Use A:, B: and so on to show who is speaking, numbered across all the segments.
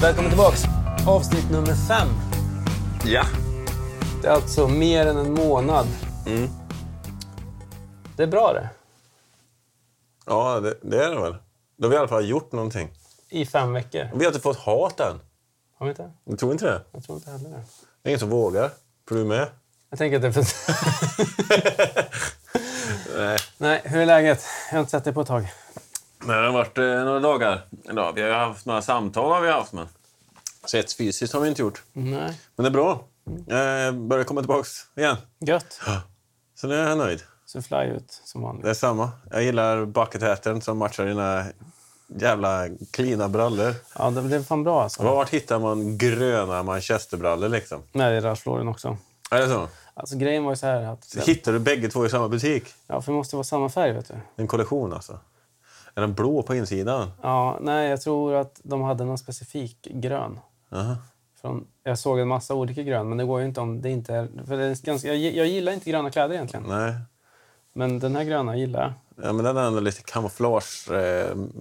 A: Välkommen tillbaks. Avsnitt nummer fem.
B: Ja.
A: Det är alltså mer än en månad. Mm. Det är bra det.
B: Ja, det, det är det väl. Då har vi i alla fall gjort någonting.
A: I fem veckor.
B: Vi har inte fått hat än.
A: Har vi inte?
B: Du tror inte det?
A: Jag tror inte heller det.
B: Det är ingen som vågar. Tror du med?
A: Jag tänker att det är för... Nej, hur är läget? Jag har inte sett dig på ett tag.
B: Nej, det har varit eh, några dagar. Ja, vi har haft några samtal har vi haft, men... Setts fysiskt har vi inte gjort.
A: Nej.
B: Men det är bra. Jag börjar komma tillbaks igen.
A: Gött.
B: Så nu är jag nöjd.
A: Så fly ut som vanligt.
B: Det är samma. Jag gillar bucket hatten som matchar dina jävla klina brallor.
A: Ja, det blev fan bra alltså.
B: Vart hittar man gröna manchesterbrallor liksom?
A: Nej, det är Ralph också.
B: Är det så?
A: Alltså grejen var ju så här att...
B: Hittar du bägge två i samma butik?
A: Ja, för det måste vara samma färg vet du.
B: En kollektion alltså. Är den blå på insidan?
A: Ja, nej, jag tror att de hade någon specifik grön.
B: Aha.
A: Från, jag såg en massa olika grön, men det går ju inte om det inte är... För det är ganska, jag, gi- jag gillar inte gröna kläder egentligen,
B: Nej.
A: men den här gröna gillar jag.
B: Ja, men den är ändå lite kamouflage, eh, m-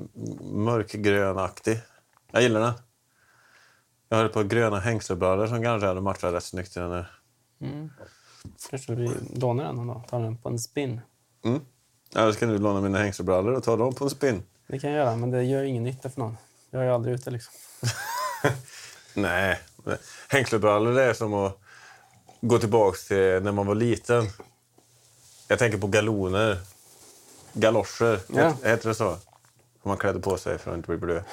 B: mörkgrönaktig. Jag gillar den. Jag höll på gröna hängselbrallor som kanske hade matchat rätt snyggt i den här.
A: Kanske vi lånar den någon dag, tar den på en spin.
B: Mm. Eller ska du låna mina hängselbrallor och ta dem på en spinn?
A: Det kan jag göra, men det gör ju ingen nytta för någon. Jag är ju aldrig ute liksom.
B: Nej, hängselbrallor det är som att gå tillbaka till när man var liten. Jag tänker på galoner. Galoscher,
A: Ja.
B: het- heter det så? Om man klädde på sig för att inte bli blöt.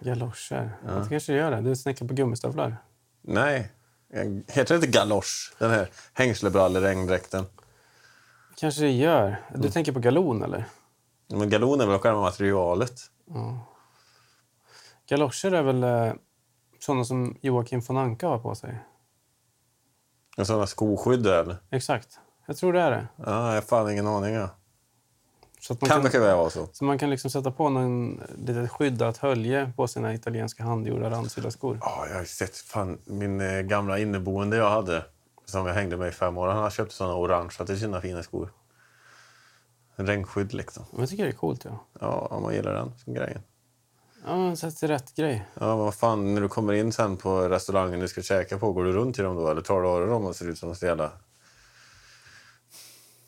A: Galoscher. Ja. Du kanske gör det. Du snäcker på gummistövlar.
B: Nej, heter det inte galosch? Den här hängslebrallor-regndräkten.
A: kanske det gör. Du tänker på galon, eller?
B: Men galon är väl själva materialet?
A: Galoscher är väl eh, sådana som Joakim von Anka har på sig?
B: En sån här skoskydd eller?
A: Exakt. Jag tror det är det.
B: Ja, jag har fan ingen aning. Ja.
A: Så att man
B: Kan mycket väl vara så.
A: Så man kan liksom sätta på någon litet skyddat hölje på sina italienska handgjorda randsydda skor.
B: Ja, jag har ju sett fan, min eh, gamla inneboende jag hade som jag hängde med i fem år. Han köpte såna orangea till sina fina skor. Regnskydd liksom.
A: Men jag tycker det är coolt. Ja.
B: Ja, om man gillar den grejen.
A: Ja, men sätt till rätt grej.
B: Ja, men vad fan, när du kommer in sen på restaurangen du ska käka på, går du runt i dem då? Eller tar du av dig dem och ser ut som en så jävla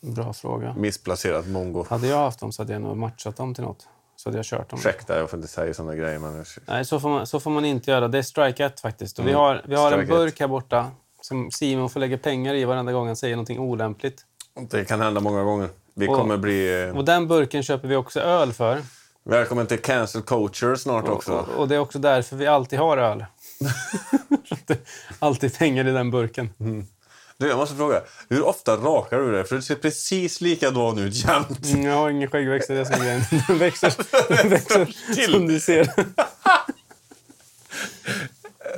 A: Bra fråga.
B: missplacerat mongo?
A: Hade jag haft dem så hade jag nog matchat dem till något. Så hade jag kört dem.
B: Ursäkta, jag får inte säga såna grejer. Men...
A: Nej, så får, man, så får man inte göra. Det är strike ett faktiskt. Och vi har, vi har en
B: Mm. strike ett.
A: burk här borta som Simon får lägga pengar i varenda gång han säger någonting olämpligt.
B: Det kan hända många gånger. Vi
A: Och-
B: kommer bli... Eh...
A: Och den burken köper vi också öl för.
B: Välkommen till cancel culture snart också.
A: Och, och det är också därför vi alltid har öl. alltid pengar i den burken.
B: Du, jag måste fråga. Hur ofta rakar du dig? För du ser precis likadan ut jämt.
A: Mm, Jag har ingen skäggväxt, det är det som är grejen. Den växer, den växer
B: Till.
A: som du ser.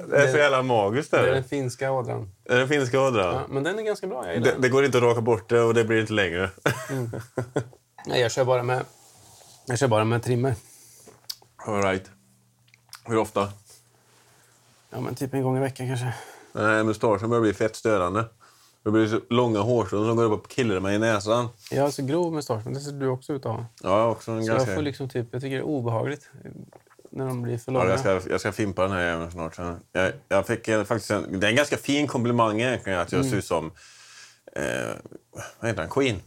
B: Det är så jävla magiskt. Är
A: Det är
B: det.
A: den finska ådran.
B: Det är den finska ådran.
A: Ja, men den är ganska bra, jag gillar
B: Det,
A: den.
B: det går inte att raka bort det och det blir inte längre.
A: Nej, jag kör bara med, jag kör bara med trimmer.
B: All right. Hur ofta?
A: Ja, men typ en gång i veckan kanske.
B: Nej, mustaschen börjar bli fett störande. Det blir så långa hårstrån som går upp och killar mig i näsan.
A: Jag har så grov mustasch, men det ser du också ut att ha.
B: Ja, jag har också en
A: Så jag
B: ganska...
A: får liksom typ, jag tycker det är obehagligt när de blir för
B: Ja,
A: långa.
B: jag, ska, jag ska fimpa den här jäveln snart. sen. Jag, jag fick en, faktiskt en, det är en ganska fin komplimang egentligen att jag ser ut som... Eh, vad heter han? Queen?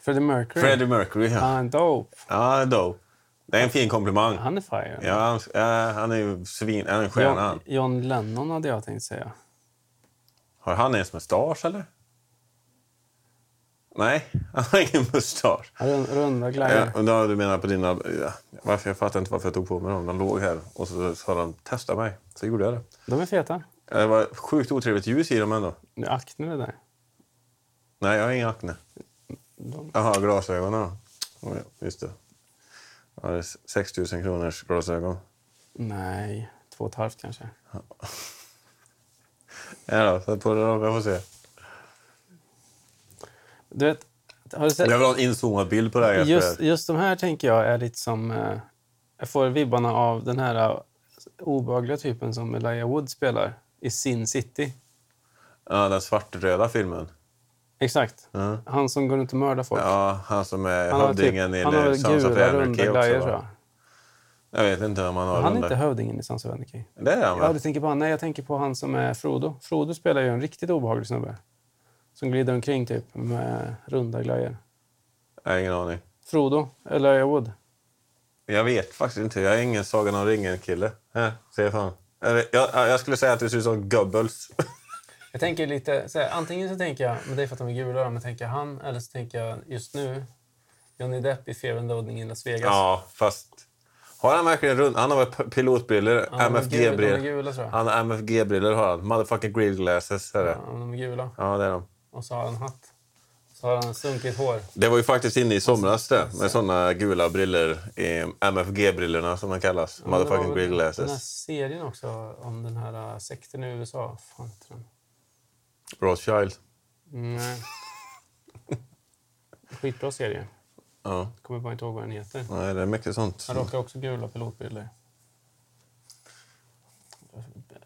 A: Freddie Mercury.
B: Freddie Mercury. Ja,
A: Han dope.
B: ja då. Det är en fin komplimang.
A: Han är fire.
B: Ja, han, ja, han är ju svin... Han är en stjärna.
A: John,
B: han.
A: John Lennon hade jag tänkt säga.
B: Har han ens mustasch, eller? Nej, han har ingen mustasch.
A: Rund, runda glajjor.
B: Ja, och då du menar på dina... Ja, varför, jag fattar inte varför jag tog på mig dem. De låg här och så sa de testa mig. Så gjorde jag det.
A: De är feta.
B: Det var sjukt otrevligt ljus i dem ändå.
A: Det är Akne det där.
B: Nej, jag har ingen akne.
A: De-
B: Jaha, glasögonen. Oh, ja, just det. Ja, det är 6 000 kronors glasögon.
A: Nej, två och ett halvt kanske.
B: Ja, då, sätt på dig dem. Jag får se.
A: Du vet, har du sett?
B: Jag vill ha en inzoomad bild på det här.
A: Just,
B: Just...
A: just de här tänker jag är lite som... Eh, jag får vibbarna av den här eh, obehagliga typen som Elijah Wood spelar i Sin City.
B: Ja, den svartröda filmen.
A: Exakt.
B: Ja.
A: Han som går runt och mördar folk.
B: Ja, han som är
A: han har, typ,
B: hövdingen
A: han
B: i
A: har väl
B: Sons of
A: gula runda
B: Anarchy också.
A: glajjor, tror
B: va?
A: jag.
B: Jag vet inte om han har
A: Han är
B: den
A: inte
B: där.
A: hövdingen i Sons of Anarchy.
B: Det är han
A: Ja,
B: va?
A: du tänker på han. Nej, jag tänker på han som är Frodo. Frodo spelar ju en riktigt obehaglig snubbe. Som glider omkring typ med runda glajjor.
B: Jag har ingen aning.
A: Frodo, Elijah Wood.
B: Jag vet faktiskt inte. Jag är ingen Sagan om ringen-kille. Här, Se fan. Eller, Jag, jag skulle säga att du ser ut som Goebbels.
A: Jag tänker lite, så här, antingen så tänker jag, men det är för att de är gula, då, men tänker jag han, eller så tänker jag just nu, Johnny Depp i Fear and Loading i Las Vegas.
B: Ja, fast... Har han verkligen rund... Han har väl p- pilotbriller,
A: Ja, de är gula- De är
B: MFG-briller.
A: gula tror jag.
B: Han har MFG-briller har han. Motherfucking green glasses är det.
A: Ja, de är gula.
B: Ja, det är de.
A: Och så har han hatt. Så har han sunkigt hår.
B: Det var ju faktiskt inne i somras det, med såna gula briller eh, MFG-brillorna som de kallas.
A: Men det var
B: Motherfucking
A: väl
B: green
A: Den här
B: glasses.
A: serien också om den här äh, sekten i USA. Fan heter den?
B: Rothschild.
A: Nej. Skitbra serie.
B: Ja,
A: Kommer bara inte ihåg vad den heter.
B: nej, det är mycket sånt.
A: Han råkar också gula pilotbriller.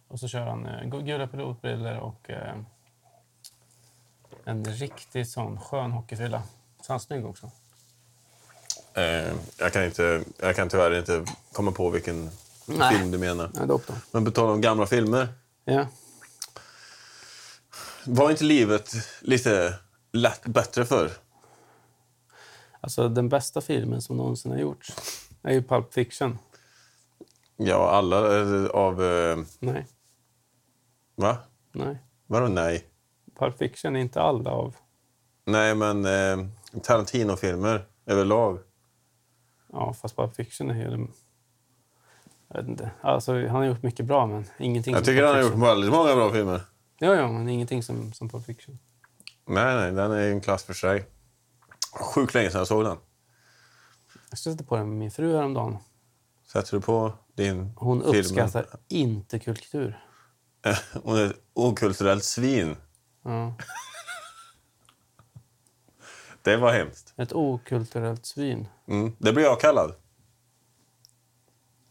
A: Och så kör han eh, gula pilotbriller och eh, en riktigt sån skön hockeyfrilla. Så han är snygg också.
B: Eh, jag, kan inte, jag kan tyvärr inte komma på vilken
A: Nej.
B: film du menar.
A: Ja, dock då.
B: Men på tal om gamla filmer.
A: Ja.
B: Var inte livet lite lätt bättre förr?
A: Alltså den bästa filmen som någonsin har gjorts är ju Pulp Fiction.
B: Ja, alla eh, av... Eh,
A: Nej,
B: va?
A: nej.
B: Vadå nej?
A: Pulp Fiction är inte alla av...
B: Nej, men eh, Tarantino-filmer överlag.
A: Ja, fast Pulp Fiction är ju... den- Jag vet inte. Alltså, han har gjort mycket bra, men ingenting
B: Jag
A: som
B: tycker
A: Pulp
B: han har gjort
A: Fiction.
B: väldigt många bra filmer.
A: Ja, ja, men ingenting som, som Pulp Fiction.
B: Nej, nej, den är ju en klass för sig. Sjukt länge sedan jag såg den.
A: Jag stötte på den med min fru häromdagen.
B: Sätter du på din
A: Hon
B: film?
A: uppskattar inte kultur.
B: Hon är ett okulturellt svin.
A: Ja.
B: Det var hemskt.
A: Ett okulturellt svin.
B: Mm. Det blir jag kallad.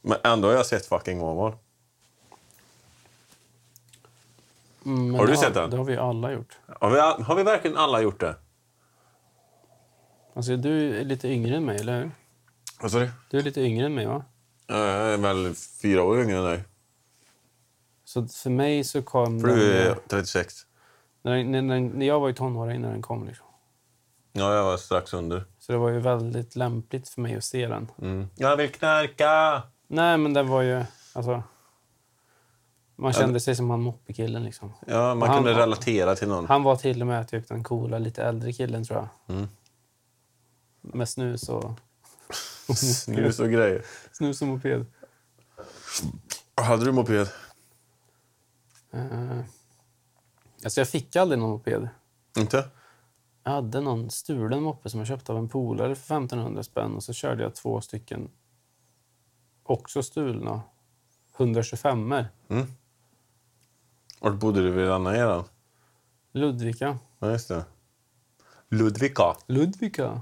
B: Men ändå har jag sett fucking Åmål.
A: Mm, men
B: Har du
A: det
B: sett den?
A: Det har vi ju alla gjort.
B: Har vi, har vi verkligen alla gjort det?
A: Alltså, du är lite yngre än mig, eller hur?
B: Vad sa du?
A: Du är lite yngre än mig, va?
B: Jag är väl fyra år yngre än dig.
A: Så för mig så kom
B: För du
A: den... eh,
B: är 36.
A: När, när, när, när jag var ju tonåring när den kom. Liksom.
B: Ja, jag var strax under.
A: Så det var ju väldigt lämpligt för mig att se den.
B: Mm. Jag vill knarka!
A: Nej, men den var ju... Alltså, man kände sig som han moppekillen. Liksom.
B: Ja, man
A: Han-
B: kunde relatera till någon.
A: Han var till och med typ den coola, lite äldre killen, tror jag.
B: Mm.
A: Med snus och,
B: Snus och grejer.
A: snus och moped.
B: Hade du moped?
A: Eh, alltså, jag fick aldrig någon moped.
B: Inte?
A: Jag hade någon stulen moppe som jag köpte av en polare för 1500 spänn och så körde jag två stycken också stulna 125 er
B: Vart bodde du vid den andra eran?
A: Ludvika.
B: Ja, just det. Ludvika.
A: Ludvika.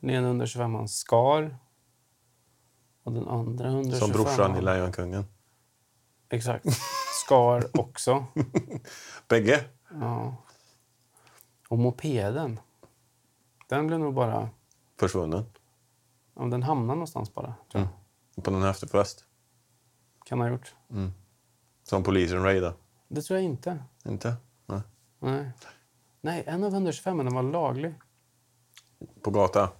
A: Den ena 125 han skar. Och den andra 125
B: Som brorsan i Lejonkungen.
A: Exakt. Skar också.
B: Bägge?
A: Ja. Och mopeden. Den blev nog bara...
B: Försvunnen.
A: ja, Den hamnade någonstans bara. Tror jag.
B: På någon efterfest.
A: Kan ha gjort.
B: Som polisen raidade.
A: Det tror jag inte.
B: Inte? Nej.
A: Nej. Nej, en av 125 den var laglig.
B: På gata?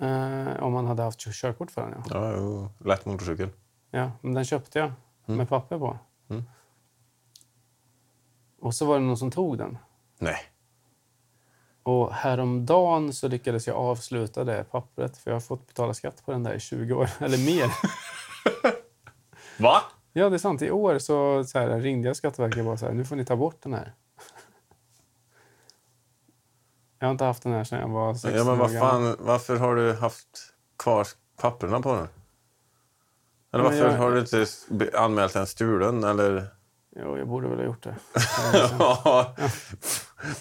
A: Eh, om man hade haft körkort för den, ja.
B: Ja, jo. Lätt motorcykel.
A: ja. Men den köpte jag
B: Mm.
A: med papper på. Och så var det någon som tog den.
B: Nej.
A: Och häromdagen så lyckades jag avsluta det pappret för jag har fått betala skatt på den där i 20 år, eller mer.
B: Va?
A: Ja, det är sant. I år så, så här, ringde jag Skatteverket och bara så här, nu får ni ta bort den här. Jag har inte haft den här sedan jag var 16
B: Ja, men
A: år
B: vad
A: gammal.
B: fan, varför har du haft kvar papperna på den? Eller
A: Men
B: varför
A: jag-
B: har du inte s- be- anmält den stulen? Eller...
A: Jo, jag borde väl ha gjort det.
B: Ja.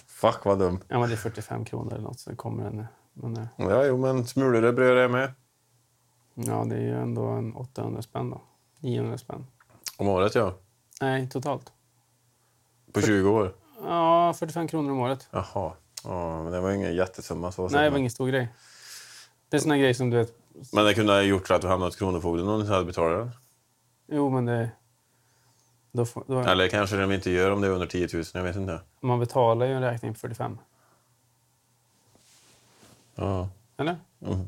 B: Fuck vad dum.
A: Ja, men det är 45 kronor eller något så kommer den. Men, eh,
B: Ja, jo, men smulor det bröd är med.
A: ja, det är ju ändå en 800 spänn då. 900 spänn.
B: Om året, ja.
A: Nej, totalt.
B: På 20 år.
A: Ja, 45 kronor om året.
B: Jaha. Ja, men det var ingen jättesumma. Så
A: Nej, det var ingen stor grej. Det är såna grejer som du vet,
B: Men det kunde ha gjort så att du hamnade hos Kronofogden om du inte hade betalat den.
A: Jo, men det... Då får, då,
B: Eller kanske de inte gör om det är under 10 000, jag vet inte.
A: Man betalar ju en räkning på 45.
B: Ja, Mm,
A: Eller?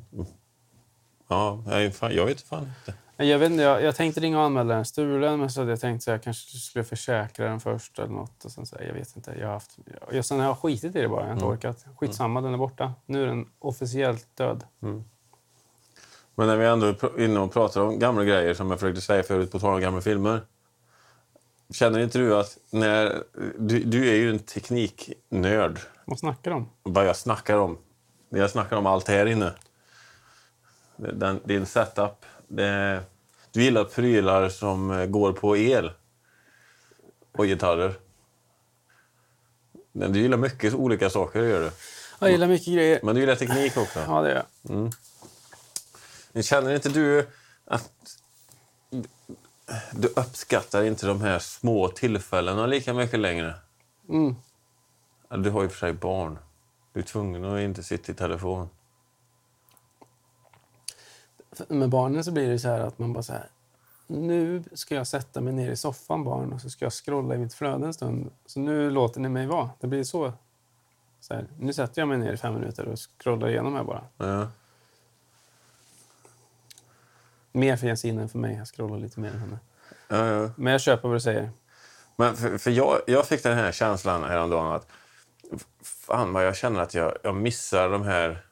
B: ja nej, fan, jag vet fan inte.
A: Nej, Jag, vet inte, jag, jag tänkte ringa och anmäla den stulen, men så hade jag tänkt att jag kanske skulle försäkra den först eller något. Och sen så, här, jag vet inte. Jag har haft, jag, jag- sen har jag skitit i det bara. Jag har inte orkat. Skitsamma, den är borta. Nu är den officiellt död.
B: Men när vi ändå är pr- inne och pratar om gamla grejer som jag försökte säga förut, på tal om gamla filmer. Känner inte du att när... Du, du är ju en tekniknörd.
A: Vad snackar de om?
B: Vad jag snackar om. Jag snackar om allt här inne. Den, din setup. Det, du gillar prylar som eh, går på el. Och gitarrer. Men Du gillar mycket olika saker, gör du.
A: Jag gillar mycket grejer.
B: Men du gillar teknik också.
A: Ja, det gör jag.
B: Men Känner inte du att du uppskattar inte de här små tillfällena lika mycket längre?
A: Mm.
B: Ja, Du har ju för sig barn. Du är tvungen att inte sitta i telefon.
A: För Med barnen så blir det så här att man bara så här... Nu ska jag sätta mig ner i soffan, barn, och så ska jag scrolla i mitt flöde en stund. Så nu låter ni mig vara. Det blir så. så här, nu sätter jag mig ner i fem minuter och scrollar igenom här bara.
B: Ja.
A: Mer för Jensine än för mig. Jag scrollar lite mer än henne.
B: Ja, ja.
A: Men jag köper vad du säger.
B: Men för, för jag, jag fick den här känslan häromdagen att fan vad jag känner att jag, jag missar de här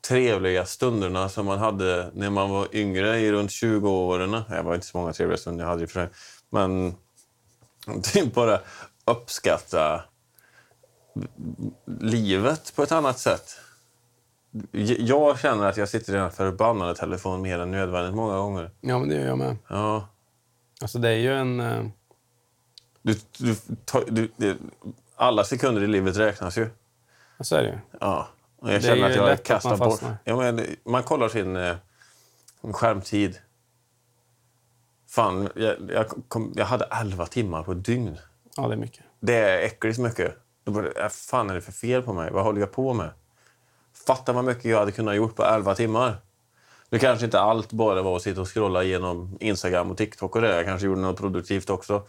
B: trevliga stunderna som man hade när man var yngre, i runt 20-åren. Det var inte så många trevliga stunder jag hade i och för sig. Men typ bara uppskatta livet på ett annat sätt. J- Jag känner att jag sitter i den här förbannade telefonen mer än nödvändigt många gånger.
A: Ja, men det gör jag med.
B: Ja.
A: Alltså det är ju en... eh,
B: Du, du, ta, du, det, alla sekunder i livet räknas ju.
A: Ja, så är det ju.
B: Ja. Och jag
A: Det är
B: känner
A: ju
B: att jag
A: lätt att
B: kastar
A: man
B: bort...
A: fastnar.
B: Ja, men, man kollar sin eh, skärmtid. Fan, jag, jag, kom, jag hade 11 timmar på ett dygn.
A: Ja, det är mycket.
B: Det är äckligt mycket. Då bara, vad fan är det för fel på mig? Vad håller jag på med? Fatta vad mycket jag hade kunnat gjort på 11 timmar. Det kanske inte allt bara var att sitta och scrolla igenom Instagram och TikTok och det. Jag kanske gjorde något produktivt också.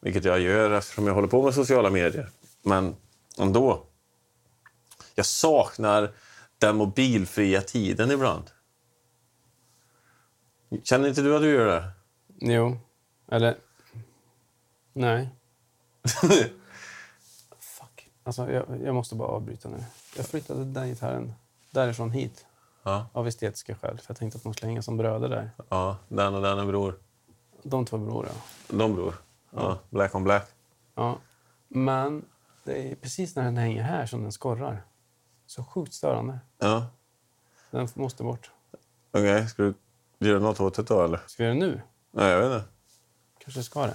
B: Vilket jag gör eftersom jag håller på med sociala medier. Men ändå. Jag saknar den mobilfria tiden ibland. Känner inte du att du gör det?
A: Jo. Eller... Nej. Fuck. Alltså, jag, jag måste bara avbryta nu. Jag flyttade den gitarren därifrån hit.
B: Ja.
A: Av estetiska skäl. För jag tänkte att de skulle hänga som bröder där.
B: Ja, den och den är bror.
A: De två är bror, ja.
B: De bror. Ja, black on black.
A: ja. Men det är precis när den hänger här som den skorrar. Så sjukt störande.
B: Ja,
A: Den måste bort.
B: okej. Ska du göra något åt det då eller?
A: Ska vi göra det nu?
B: Nej, jag vet inte.
A: Kanske ska det.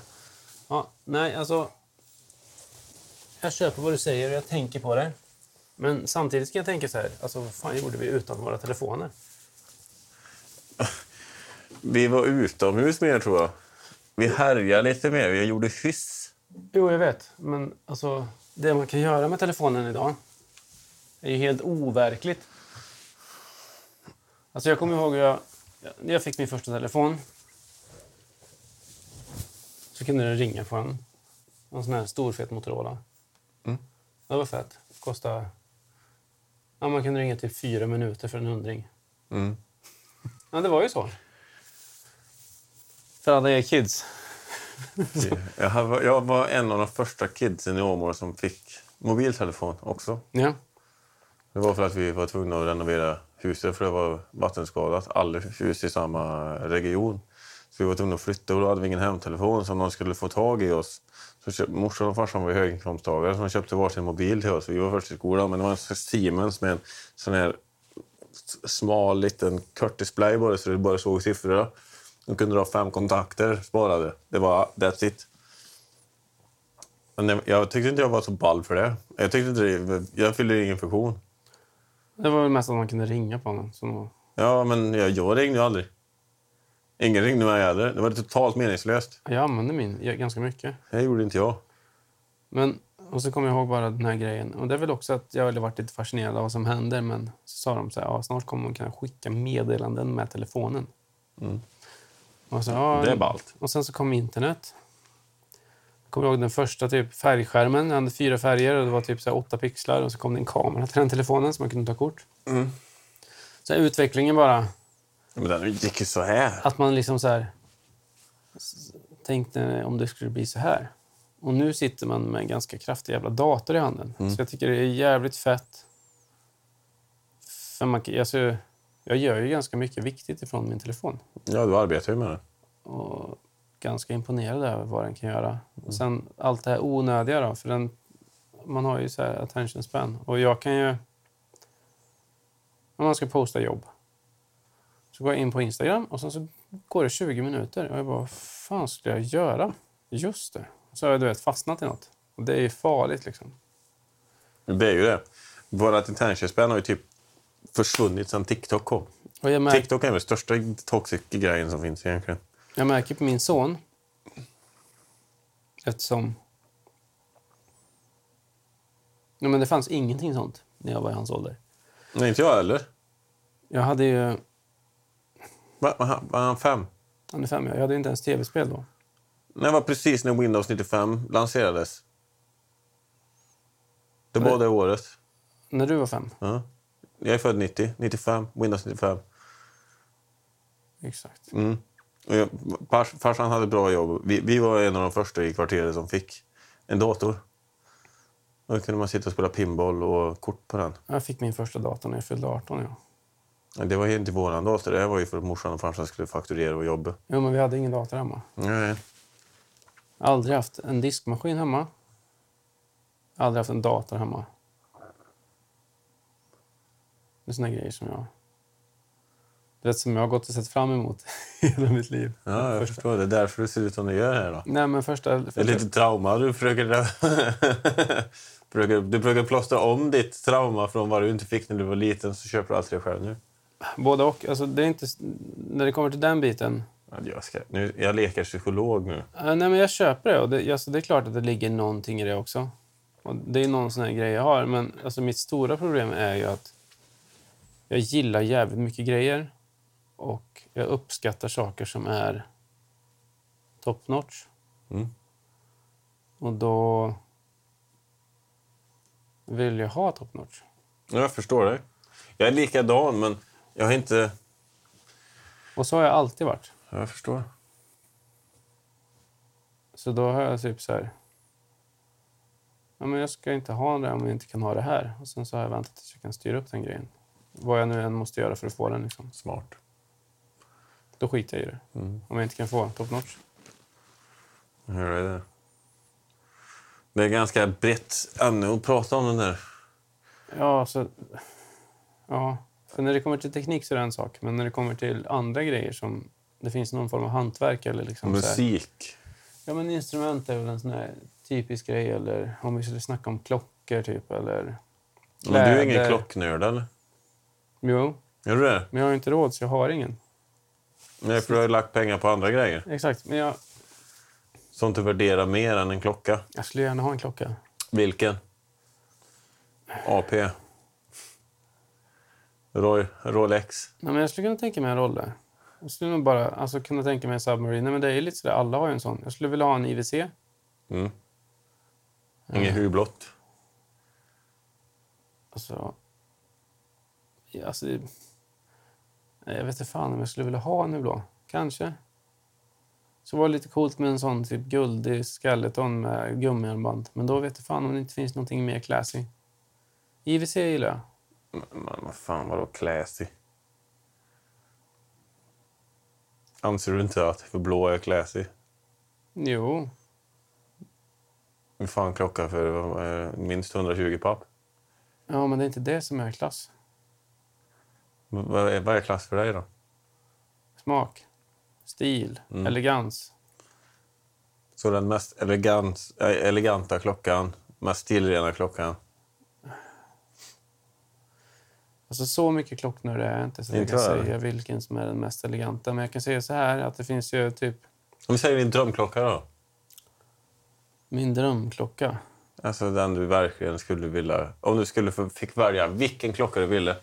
A: Ja, nej, alltså... Jag köper vad du säger och jag tänker på det. Men samtidigt kan jag tänka så här, alltså vad fan gjorde vi utan våra telefoner?
B: Vi var utomhus mer tror jag. Vi härjade lite mer. Vi gjorde hyss.
A: Jo, jag vet. Men alltså, det man kan göra med telefonen idag är ju helt overkligt. Alltså jag kommer ihåg hur jag, när jag fick min första telefon så kunde den ringa på en, en sån här stor fet Motorola. Mm. Det var fett. Kostade... Ja, man kunde ringa till fyra minuter för en hundring.
B: Mm.
A: Ja, det var ju så. För alla er kids.
B: Jag har- jag var, en av de första kidsen i Åmål som fick mobiltelefon också.
A: Ja.
B: Det var för att vi var tvungna att renovera huset för det var vattenskadat. Alla hus i samma region. Så vi var tvungna att flytta och då hade vi ingen hemtelefon som någon skulle få tag i oss. Så köp, morsan och farsan var ju höginkomsttagare så de köpte varsin mobil till oss. Vi var först i skolan men det var en sorts Siemens med en sån här s- smal liten kort display bara så du bara såg siffrorna. De kunde ha fem kontakter sparade. Det var that's it. Men jag- jag tyckte inte jag var så ball för det. Jag, tyckte inte det, jag fyllde ingen funktion.
A: Det var väl mest att man kunde ringa på honom. Som var...
B: Ja, men jag, jag ringde ju aldrig. Ingen ringde mig heller. Det var totalt meningslöst.
A: Jag använde min ganska mycket.
B: Det gjorde inte jag.
A: Men Och så kommer jag ihåg bara den här grejen. Och det är väl också att jag har varit lite fascinerad av vad som händer. Men så sa de så här, ja, snart kommer man kunna skicka meddelanden med telefonen.
B: Mm.
A: Och, så, ja,
B: Det är ballt.
A: och sen så kom internet. Jag kommer ihåg den första typ färgskärmen. Den hade fyra färger och det var typ så här åtta pixlar. Och så kom det en kamera till den telefonen så man kunde ta kort.
B: Mm.
A: Så här, utvecklingen bara.
B: Men den gick ju så här.
A: Att man liksom så här, s- tänkte om det skulle bli så här. Och nu sitter man med en ganska kraftig jävla dator i handen. Så jag tycker det är jävligt fett. För man, kan- alltså, jag gör ju ganska mycket viktigt ifrån min telefon.
B: Ja, du arbetar ju med den.
A: Och ganska imponerad över vad den kan göra. Och sen allt det här onödiga då. För den, man har ju så här attention span. Och jag kan ju... Om man ska posta jobb. Så går jag in på Instagram och sen så går det 20 minuter. Och jag bara, vad fan skulle jag göra? Just det. Så har jag du vet, fastnat i något. Och det är ju farligt liksom.
B: Det är ju det. Vårat attention span har ju typ försvunnit sedan TikTok kom.
A: Och jag, märk,
B: TikTok är väl den största toxic grejen som finns egentligen.
A: jag märker på min son. Eftersom... Ja, men det fanns ingenting sånt när jag var i hans ålder.
B: Nej, inte jag heller.
A: Jag hade ju...
B: Va- Var han- var han fem?
A: Han är fem, ja. jag hade ju inte ens tv-spel då.
B: Nej, Det var precis när Windows 95 lanserades. Det var det året.
A: När du var fem.
B: Ja. Jag är född 90, 95, Windows 95.
A: Exakt.
B: Mm. Och jag, fars, farsan hade bra jobb. Vi, vi var en av de första i kvarteret som fick en dator. Och då kunde man sitta och spela pinball och kort på den.
A: Jag fick min första dator när jag fyllde 18. Ja.
B: Men Det var ju inte våran dator. Det här var ju för att morsan och farsan skulle fakturera och jobba.
A: Jo, men vi hade ingen dator hemma.
B: Nej.
A: Jag har aldrig haft en diskmaskin hemma. Jag har aldrig haft en dator hemma. Det är såna grejer som jag... Du vet, som jag har gått och sett fram emot hela mitt liv.
B: Ja, jag
A: första,
B: förstår. Det är därför du ser ut som du gör här då.
A: nej, men första...
B: Det är lite trauma du försöker... försöker- du försöker plåstra om ditt trauma från vad du inte fick när du var liten så köper du allt det själv nu.
A: Både och. Alltså, det är inte... När det kommer till den biten
B: Ja, Jag, ska, nu, jag leker psykolog nu.
A: Ja, nej, men jag köper det. Och det, alltså, det är klart att det ligger någonting i det också. Och det är någon sån här grej jag har. Men alltså, mitt stora problem är ju att jag gillar jävligt mycket grejer. Och jag uppskattar saker som är top notch.
B: Mm.
A: Och då vill jag ha top notch.
B: Ja, Jag förstår dig. Jag är likadan, men jag har inte...
A: Och så har jag alltid varit.
B: Ja, Jag förstår.
A: Så då har jag typ så här... Ja, men jag ska inte ha det om jag inte kan ha det här. Och sen så har jag väntat tills jag kan styra upp den grejen. Vad jag nu än måste göra för att få den. Liksom.
B: Smart.
A: Då skiter jag i det.
B: Mm.
A: Om jag inte kan få top notch.
B: Hur är det? Det är ganska brett ämne att prata om den där.
A: Ja, så... Ja. För när det kommer till teknik så är det en sak. Men när det kommer till andra grejer som... Det finns någon form av hantverk eller liksom så här-
B: Musik.
A: Ja, men instrument är väl en sån här typisk grej. Eller om vi skulle snacka om klockor typ. Eller...
B: Men du är ingen
A: Kläder.
B: klocknörd, eller?
A: Jo,
B: Är du det?
A: men jag har ju inte råd så jag har ingen.
B: Nej, för du har ju lagt pengar på andra grejer.
A: Exakt, men jag...
B: Sånt du värderar mer än en klocka.
A: Jag skulle gärna ha en klocka.
B: Vilken? AP. Roy, Rolex.
A: Nej, men jag skulle kunna tänka mig en roll där. Jag skulle nog bara alltså, kunna tänka mig en Submarine. Nej, men det är ju lite sådär, alla har ju en sån. Jag skulle vilja ha en IWC.
B: Mm.
A: Eh,
B: Inget hublott.
A: Alltså, ja, alltså, det- nej, jag vet inte fan om jag skulle vilja ha en nu då. Kanske. Så var det lite coolt med en sån typ guldig skeleton med gummiarmband. Men då vet jag fan om det inte finns någonting mer classy. IWC gillar jag.
B: Men men vad fan, vadå classy? Anser du inte att för blå är classy?
A: Jo,
B: Hur fan klocka för vad är det? minst 120 papp?
A: ja, men det är inte det som är klass.
B: V- Vad är, vad är klass för dig då?
A: Smak, stil,
B: Mm.
A: elegans.
B: Så den mest elegant, äh, eleganta klockan, mest stilrena klockan.
A: Alltså så mycket klocknörd är jag inte så att jag
B: Inte
A: kan
B: jag.
A: säga vilken som är den mest eleganta. Men jag kan säga så här att det finns ju typ
B: Om vi säger din drömklocka då?
A: min drömklocka.
B: Alltså den du verkligen skulle vilja... Om du skulle få, fick välja vilken klocka du ville.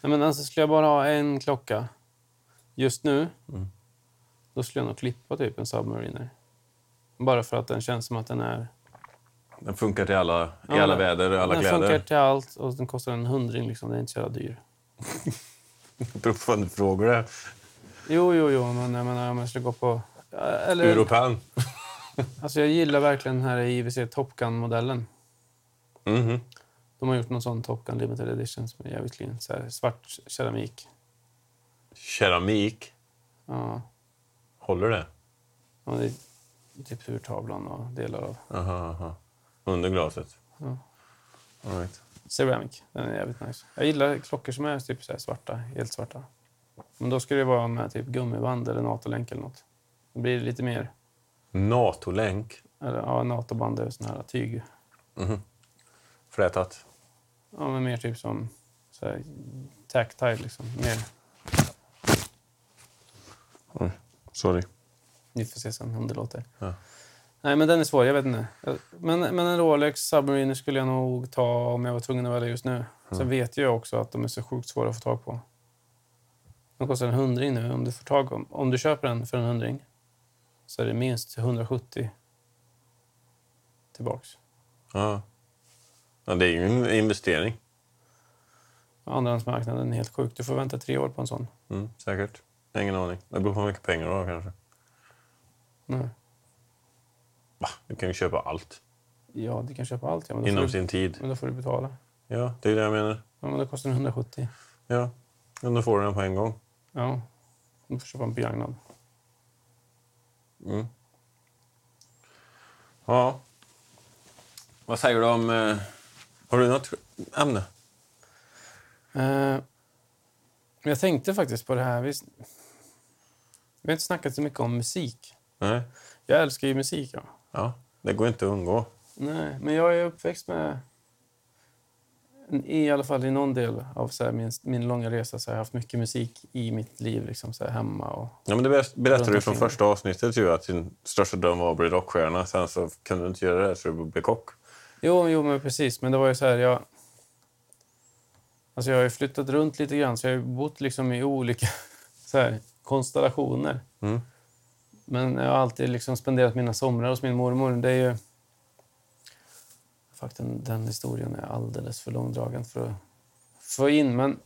A: Nej, men alltså, skulle jag bara ha en klocka just nu,
B: Mm.
A: då skulle jag nog klippa typ en Submariner. Bara för att den känns som att den är...
B: Den funkar till alla, i
A: Ja,
B: alla väder och alla
A: den
B: kläder.
A: funkar till allt och den kostar en hundring. Liksom. Den är inte så jävla dyr.
B: Det beror på vad du frågar det.
A: Jo, jo, jo, men jag menar om jag skulle gå på... Ja, Eller,
B: Europan.
A: alltså, jag gillar verkligen den här IWC Top Gun-modellen.
B: Mhm.
A: De har gjort någon sån Top Gun Limited Edition som är jävligt clean. Så här, svart keramik.
B: Keramik.
A: Ja,
B: Håller det?
A: ja, det är typ urtavlan och delar av
B: Aha, aha. Under glaset.
A: Ja.
B: All right.
A: Ceramic. Den är jävligt nice. Jag gillar klockor som är typ så här svarta, helt svarta. Men då ska det vara med typ gummiband eller NATO-länk eller något. Då blir det lite mer...
B: NATO-länk.
A: Eller, ja, NATO-band är sån här tyg.
B: Flätat.
A: Ja, men mer typ som så här, tactile liksom. Mer,
B: Sorry.
A: ni får se sen om det låter.
B: Ja.
A: Nej, men den är svår. Jag vet inte. Men, men en Rolex Submariner skulle jag nog ta om jag var tvungen att välja just nu.
B: Mm.
A: Sen vet jag också att de är så sjukt svåra att få tag på. De kostar en hundring nu. Om du, får tag om, om du köper den för en hundring så är det minst 170 tillbaks.
B: Ja. ja. Det är ju en investering.
A: Andrahandsmarknaden är helt sjuk. Du får vänta tre år på en sån.
B: Mm, säkert. Ingen aning. Det beror på hur mycket pengar du har kanske.
A: Nej.
B: Va? Du kan ju köpa allt.
A: Ja, du kan köpa allt. Ja, men, då får
B: Inom
A: du,
B: sin tid.
A: men då får du betala.
B: Ja, det är det jag menar.
A: Ja, men då kostar den 170.
B: Ja. Men då får du den på en gång.
A: Ja. Du får köpa en begagnad.
B: Mm. Ja. Vad säger du om... Eh, har du något ämne?
A: Eh, jag tänkte faktiskt på det här. Vi, vi har inte snackat så mycket om musik.
B: Nej.
A: Jag älskar ju musik. Ja.
B: Ja. Det går inte att undgå.
A: Nej, men jag är uppväxt med... I alla fall i någon del av så här, min, min långa resa så har jag haft mycket musik i mitt liv. Liksom, så här, hemma och...
B: Ja, men det ber- berättade du
A: Runt
B: från
A: omkring.
B: första avsnittet ju att din största dröm var att bli rockstjärna. Sen så kunde du inte göra det så du blev kock.
A: Jo, jo, men precis. Men det var ju så här... Jag, alltså jag har ju flyttat runt lite grann, så jag har ju bott liksom i olika så här, konstellationer.
B: Mm.
A: Men jag har alltid liksom spenderat mina somrar hos min mormor. Det är ju... Faktum, den historien är alldeles för långdragen för att få in. Men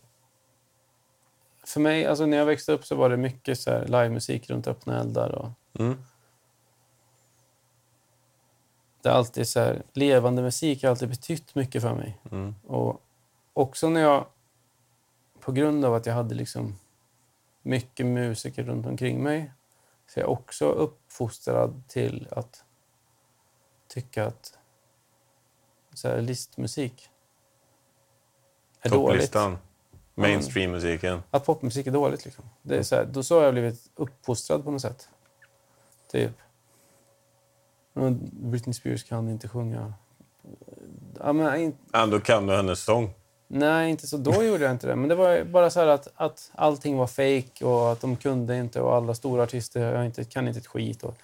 A: för mig, alltså när jag växte upp så var det mycket så här livemusik runt öppna eldar. Och
B: Mm.
A: det är alltid så här, levande musik har alltid betytt mycket för mig.
B: Mm.
A: Och också när jag, på grund av att jag hade liksom mycket musiker runt omkring mig, så är jag också uppfostrad till att tycka att så här, listmusik är dåligt.
B: Topplistan. Mainstream-musiken.
A: Att popmusik är dåligt. Liksom. Det är så här, då så har jag blivit uppfostrad på något sätt. Typ. Men Britney Spears kan inte sjunga. Ja, men, in-
B: Ändå kan du hennes sång.
A: Nej, inte så. Då gjorde jag inte det. Men det var ju bara så här att, att allting var fake och att de kunde inte och alla stora artister jag inte, kan inte ett skit. Och,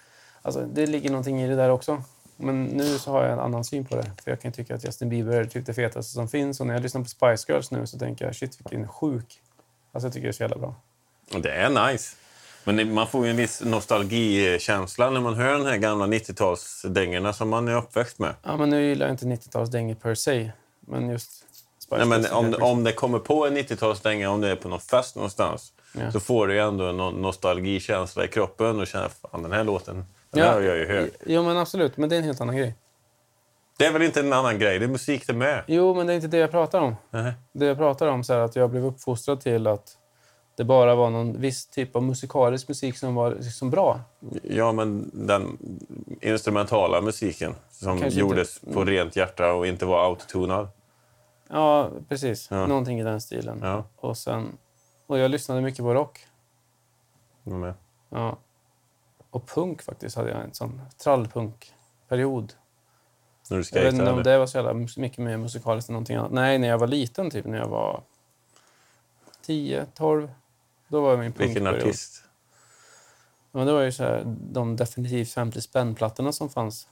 A: alltså, det ligger någonting i det där också. Men nu så har jag en annan syn på det. För Jag kan tycka att Justin Bieber är typ det fetaste som finns. Och när jag lyssnar på Spice Girls nu så tänker jag shit vilken sjuk... Alltså jag tycker det är så jävla bra.
B: Det är nice. Men det- man får ju en viss nostalgikänsla när man hör den här gamla 90-talsdängorna som man är uppväxt med.
A: Ja, men nu gillar jag inte 90-talsdängor per se. Men just Spice
B: Nej, men
A: Girls
B: om,
A: är-
B: om det kommer på en 90-talsdänga, om det är på någon fest någonstans
A: Ja.
B: så får du ju ändå en no- nostalgikänsla i kroppen och känner fan den här låten den
A: Ja.
B: här har jag ju hört.
A: Jo, men absolut. Men det är en helt annan grej.
B: Det är väl inte en annan grej, det är musik det med.
A: Jo, men det är inte det jag pratar om.
B: Nej.
A: det jag pratar om, så här, att jag blev uppfostrad till att det bara var någon viss typ av musikalisk musik som var liksom bra.
B: Ja, men den instrumentala musiken som
A: Kanske Mm.
B: gjordes på rent hjärta och inte var autotunad.
A: Ja, precis.
B: Ja.
A: Någonting i den stilen.
B: Ja,
A: Och, sen, och jag lyssnade mycket på rock.
B: jag med.
A: Ja. Och punk faktiskt hade jag en sån trallpunk-period.
B: När du
A: Jag vet inte om
B: skejtade.
A: det var så jävla mus- mycket mer musikaliskt än någonting annat. Nej, när jag var liten, typ när jag var 10, 12. Då var min punkperiod.
B: Vilken artist?
A: Ja, men det var ju så här, de definitivt 50 spänn-plattorna som fanns.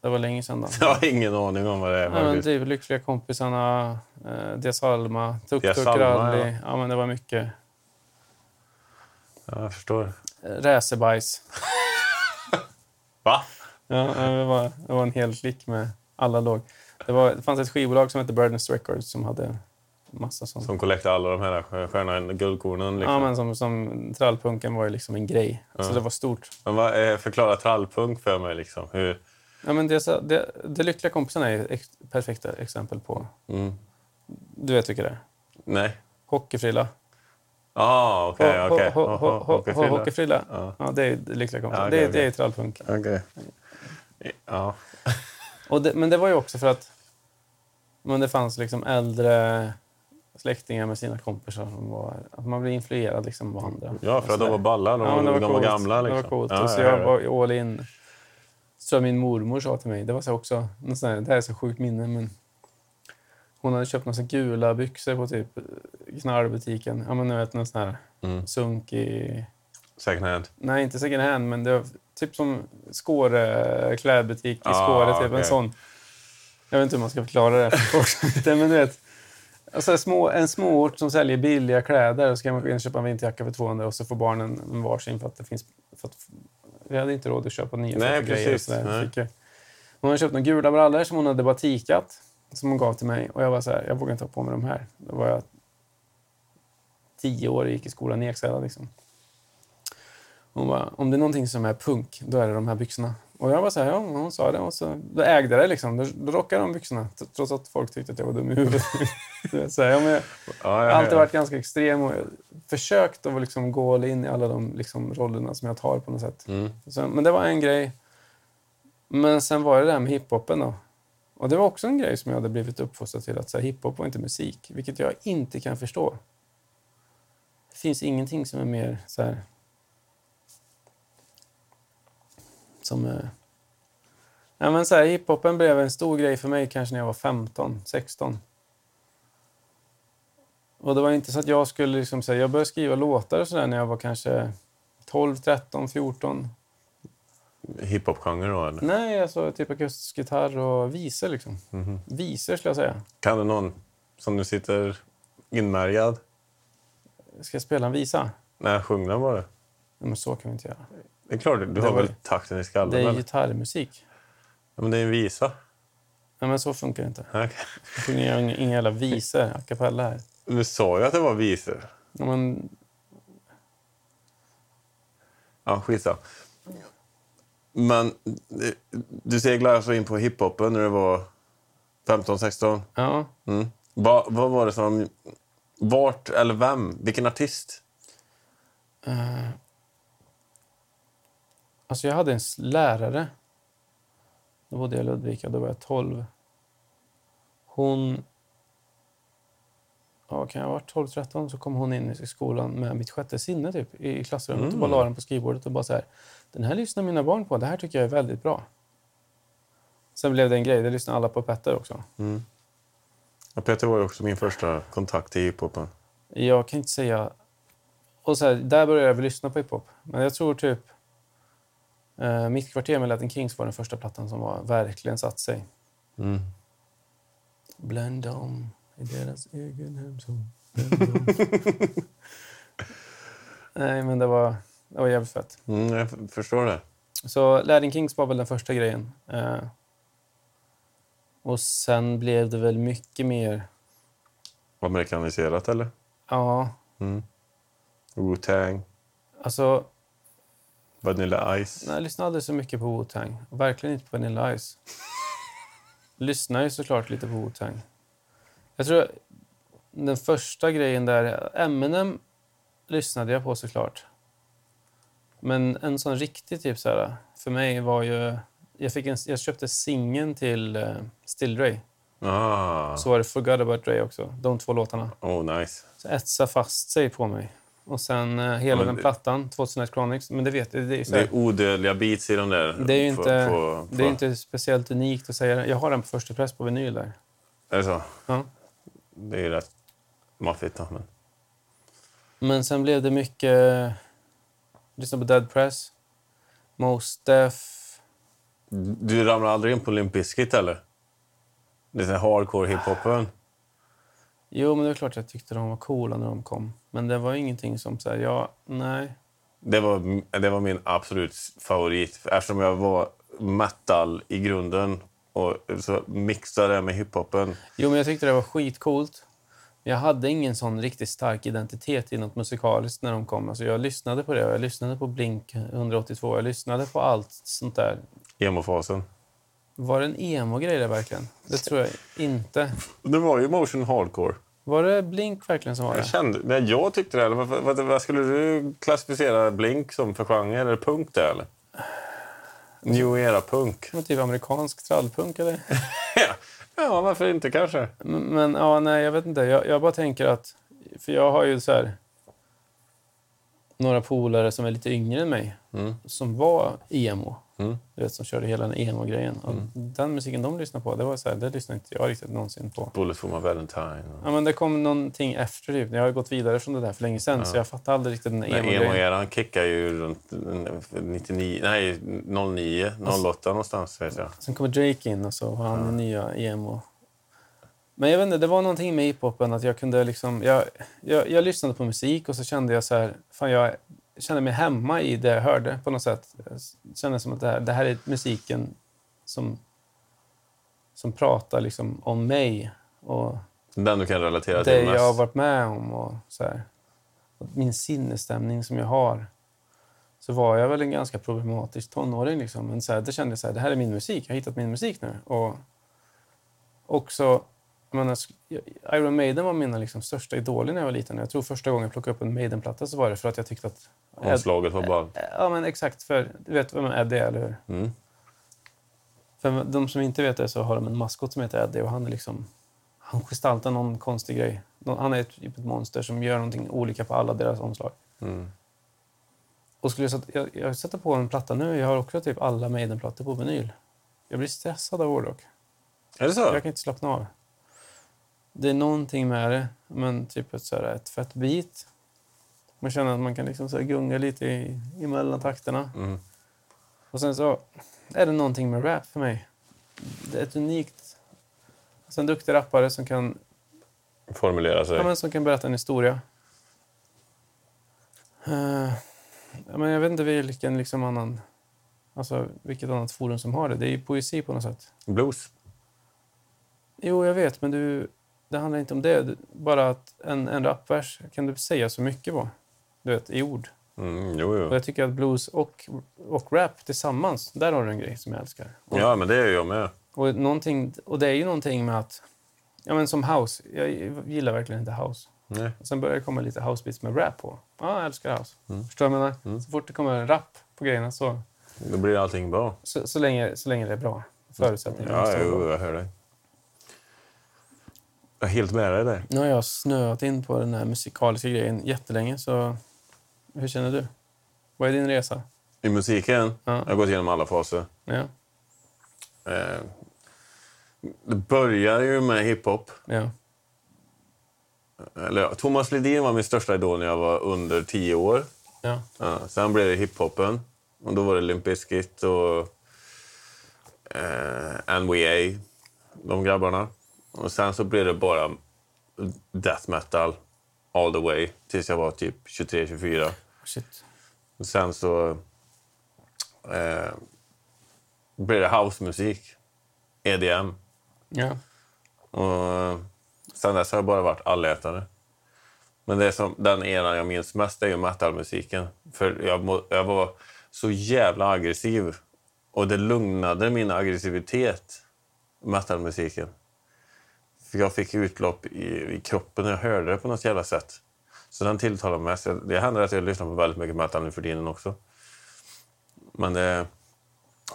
A: Det var länge sedan. Då.
B: Jag har ingen aning om vad det är
A: Ja, men
B: faktiskt.
A: typ Lyckliga kompisarna, eh, Dias Alma, Tuk
B: Dias
A: Tuk
B: Alma,
A: Rally. Ja. men det var mycket.
B: Ja, jag förstår.
A: Eh, Räsebajs.
B: Va?
A: Ja, ja, det, var, det var en hel klick med alla lag. Det, var, det fanns ett skivbolag som hette Burdens Records som hade massa sånt.
B: Som collectar alla de här stjärnorna, guldkornen. Liksom.
A: Ja,
B: men...
A: men som, som trallpunken var ju liksom en grej. Så det var stort.
B: vad är, förklara trallpunk för mig. Liksom. Hur,
A: Ja, men det, är så- det, det lyckliga kompisarna är ett ex, perfekta exempel på...
B: Mm.
A: Du vet vilka det är?
B: nej.
A: Hockeyfrilla.
B: Ah, okej.
A: Ho-
B: okej.
A: ho- ho- ho- ho-
B: Hockeyfrilla.
A: Hockeyfrilla.
B: Ja.
A: Ja, det är det lyckliga kompisarna.
B: Ja, okej,
A: det, är-
B: okej.
A: det är trallpunk.
B: Okej. Ja.
A: Och det, men det var ju också för att men det fanns liksom äldre släktingar med sina kompisar. Som var, att man blev influerad liksom av andra.
B: ja, för
A: Och
B: att de
A: sådär.
B: var balla. De,
A: Ja, men
B: var,
A: det
B: de var
A: coolt.
B: gamla. Liksom.
A: Det var coolt.
B: Ja,
A: och så
B: ja,
A: jag
B: ja.
A: var ju all in. Så min mormor sa till mig, det var så här också, någon sån här, det här är så sjukt minne, men hon hade köpt några så här gula byxor på typ knarrbutiken. Ja, men du vet, någon sån här
B: Mm.
A: sunkig...
B: Second hand.
A: Nej, inte second hand, men det var typ som Skåre klädbutik i
B: Ah,
A: Skåre. Typ
B: okej.
A: en sån. Jag vet inte hur man ska förklara det här för folk som inte- men du vet. Alltså, små, en småort som säljer billiga kläder och så kan man gå in och köpa en vinterjacka för 200 och så får barnen en varsin för att det finns... För att, vi hade inte råd att köpa nya
B: Nej,
A: feta grejer. och
B: precis.
A: sådär.
B: Nej.
A: Fick jag- Hon hade köpt några gula brallor som hon hade batikat som hon gav till mig och jag var så här, jag vågar inte ha på mig de här. Då var jag tio år och gick i skolan i Ekshärad. Liksom. Hon bara, om det är någonting som är punk, då är det de här byxorna. Och jag var så här, ja, hon sa det. Och så, då ägde jag det liksom. Då, då rockade jag de byxorna, t- trots att folk tyckte att jag var dum i huvudet. Du vet, så här, ja, men jag
B: Ja,
A: jag
B: ja,
A: har alltid
B: ja.
A: varit ganska extrem och försökt att liksom gå all in i alla de liksom, rollerna som jag tar på något sätt.
B: Mm.
A: Så, men det var en grej. Men sen var det det här med hiphopen då. Och det var också en grej som jag hade blivit uppfostrad till, att så här, hiphop var inte musik, vilket jag inte kan förstå. Det finns ingenting som är mer så här... Som... Eh, ja, men så här, hiphopen blev en stor grej för mig kanske när jag var 15, 16. Och det var inte så att jag skulle liksom säga, jag började skriva låtar och sådär när jag var kanske 12, 13, 14.
B: Hiphop-genre då, eller?
A: Nej, alltså typ akustisk gitarr och visor liksom. Visor skulle jag säga.
B: Kan du någon som du sitter inmärgad?
A: Ska jag spela en visa?
B: Nej, sjung den bara.
A: Nej, men så kan vi inte göra.
B: Det är klart, du
A: Det
B: har
A: var-
B: väl takten i skallen?
A: Det är
B: eller?
A: gitarrmusik.
B: Ja, men det är en visa.
A: Nej, men så funkar det inte.
B: Ja, okej.
A: Jag sjunger inga, inga jävla visor a cappella här.
B: Du sa ju att det var visor.
A: Ja, men,
B: Ja, skitsamma. Men eh, du seglar alltså in på hiphopen när du var 15, 16?
A: ja.
B: Mm. Va, vad var det som... Vart eller vem? Vilken artist?
A: Eh, alltså jag hade en s- lärare. Då bodde jag i Ludvika, då var jag 12. Hon... Ja, kan jag ha varit 12-13 så kom hon in i skolan med mitt sjätte sinne typ, i i klassrummet och bara la den på skrivbordet och bara så här. Den här lyssnar mina barn på, det här tycker jag är väldigt bra. Sen blev det en grej, det lyssnade alla på Petter också.
B: Ja, Peter var ju också min första kontakt till hiphopen.
A: Jag kan inte säga... Och så här, där började jag väl lyssna på hiphop. Men jag tror typ... Eh, mitt kvarter med Latin Kings var den första plattan som var, verkligen satt sig.
B: Mm.
A: Blända om i deras egen hemsson. Blända om. Nej, men det var, det var jävligt fett.
B: Mm, jag f- förstår det.
A: Så Latin Kings var väl den första grejen. Eh, och sen blev det väl mycket mer...
B: Amerikaniserat, eller?
A: Ja,
B: Mm. Wu-Tang,
A: alltså...
B: Vanilla Ice.
A: Nej, jag lyssnade aldrig så mycket på Wu-Tang. Och Verkligen inte på Vanilla Ice. Lyssnar ju såklart lite på Wu-Tang. Jag tror den första grejen där... Eminem lyssnade jag på såklart. Men en sån riktig typ så här, för mig var ju... Jag, fick en, jag köpte singeln till eh, Still Dre.
B: Ah.
A: Så var det Forgot About Dre också. De två låtarna.
B: Oh, nice.
A: Så etsa fast sig på mig. Och sen eh, hela
B: Ja, men
A: den
B: det-
A: plattan, 2001 Chronics. Men det vet det är ju så
B: Det
A: här-
B: är odödliga beats i de där.
A: det är ju
B: På-
A: inte,
B: på- på-
A: det är inte speciellt unikt att säga det. Jag har den på första press på vinyl där.
B: Är det så?
A: Ja.
B: Det är ju rätt maffigt. då, Men...
A: Men sen blev det mycket... Lyssna på Dead Press, Mos Def,
B: Du ramlar aldrig in på Limp Bizkit eller? Det är sån här hardcore hiphopen.
A: Jo, men det är klart jag tyckte de var coola när de kom. Men det var ingenting som så här, ja, nej.
B: Det var, det var min absolut favorit. Eftersom jag var metal i grunden och så mixade det med hiphopen.
A: Jo, men jag tyckte det var skitcoolt. Men Jag hade ingen sån riktigt stark identitet i något musikaliskt när de kom. Alltså jag lyssnade på det. och Jag lyssnade på Blink 182. Jag lyssnade på allt sånt där.
B: Emo-fasen.
A: Var det en emo-grej där verkligen? Det tror jag inte.
B: Det var ju motion hardcore.
A: Var det Blink verkligen som var
B: Jag
A: det?
B: kände, nej, jag tyckte det. Eller Vad, vad, vad skulle du klassificera Blink som för genre? Eller punk det eller? New era-punk.
A: Men typ amerikansk trallpunk eller?
B: ja, varför inte kanske?
A: Men, men ja, nej, jag vet inte. Jag, jag bara tänker att... För jag har ju så här... Några polare som är lite yngre än mig
B: Mm.
A: som var emo.
B: Mm.
A: Du vet, som körde hela den emo-grejen. Och Den musiken de lyssnade på, det var så här, det lyssnade inte jag riktigt någonsin på.
B: Bullet for my Valentine.
A: Ja, men det kom någonting efter. Typ. Jag har ju gått vidare från det där för länge sedan, så jag fattar aldrig riktigt den
B: Men
A: emo-grejen.
B: emo-eran kickar ju runt 99, nej 09, 08 någonstans vet jag.
A: Sen kommer Drake in och så var han den nya emo. Men jag vet inte, det var någonting med hiphopen att jag kunde liksom... Jag, jag, jag lyssnade på musik och så kände jag så här... Fan, jag kände mig hemma i det jag hörde på något sätt. Jag kände som att det här, det här är musiken som, som pratar liksom om mig och
B: Den du kan relatera
A: det
B: till mest.
A: jag har varit med om och så här. Och Min sinnesstämning som jag har. Så var jag väl en ganska problematisk tonåring. Liksom. Men så här, det kände jag så här, det här är min musik. Jag har hittat min musik nu. Och också, jag menar, sk- Iron Maiden var mina liksom, största idoler när jag var liten. Jag tror första gången jag plockade upp en Maiden-platta så var det för att jag tyckte att...
B: Omslaget var ballt.
A: Ja, men exakt. För, du vet vem Eddie är, eller hur?
B: Mm.
A: För de som inte vet det så har de en maskot som heter Eddie och han är liksom... Han gestaltar någon konstig grej. Nå- Han är ett, typ ett monster som gör någonting olika på alla deras omslag.
B: Mm.
A: Och skulle jag, sätta, jag, jag sätter på en platta nu. Jag har också typ alla Maiden-plattor på vinyl. Jag blir stressad av hårdrock.
B: Är det så?
A: Jag kan inte slappna av. Det är någonting med det, men typ ett, så här, ett fett beat. Man känner att man kan liksom så här gunga lite i, i mellan takterna.
B: Mm.
A: Och sen så är det någonting med rap för mig. Det är ett unikt... Alltså en duktig rappare som kan,
B: Formulera sig.
A: ja, men som kan berätta en historia. Eh, ja, men jag vet inte vilken liksom annan... Alltså vilket annat forum som har det. Det är ju poesi på något sätt.
B: Blues.
A: Jo, jag vet, men du, det handlar inte om det. Du- Bara att en, en rapvers kan du säga så mycket på, du vet, i ord.
B: Mm, jo,
A: Och
B: jo.
A: jag tycker att blues och, och rap tillsammans, där har du en grej som jag älskar. Och,
B: Ja, men det är jag med.
A: och, någonting, och det är ju någonting med att, ja men som house, jag gillar verkligen inte house.
B: Nej.
A: Och sen börjar det komma lite housebeats med rap på. Ja, jag älskar house.
B: Mm.
A: Förstår du vad jag menar? Så fort det kommer en rap på grejerna så,
B: Då blir allting bra.
A: så, så, länge, så länge det är bra. Förutsättningarna måste
B: Ja,
A: vara bra.
B: jo, jag hör dig. Jag är helt med dig där.
A: Nu har jag snöat in på den här musikaliska grejen jättelänge, så hur känner du? Vad är din resa?
B: I musiken,
A: Ja.
B: jag har gått igenom alla faser.
A: Ja,
B: Eh, det börjar ju med hiphop.
A: ja,
B: Eller, ja, Thomas Ledin var min största idol när jag var under tio år.
A: ja. Oh,
B: Ja, sen blev det hiphopen. Och då var det Limp Bizkit och eh, NWA, de grabbarna. Och sen så blev det bara death metal all the way tills jag var typ 23-24.
A: Shit.
B: Och sen så eh, blev det housemusik, E EDM.
A: Ja,
B: Och eh, sen dess har jag bara varit allätare. Men det som, den eran jag minns mest är ju metalmusiken. För jag, må- jag var så jävla aggressiv. Och det lugnade min aggressivitet, metalmusiken. För jag fick utlopp i, i kroppen när jag hörde det på något jävla sätt. Så den tilltalar mig mest. Jag- Det händer att jag lyssnar på väldigt mycket metal nu för tiden också. Men det,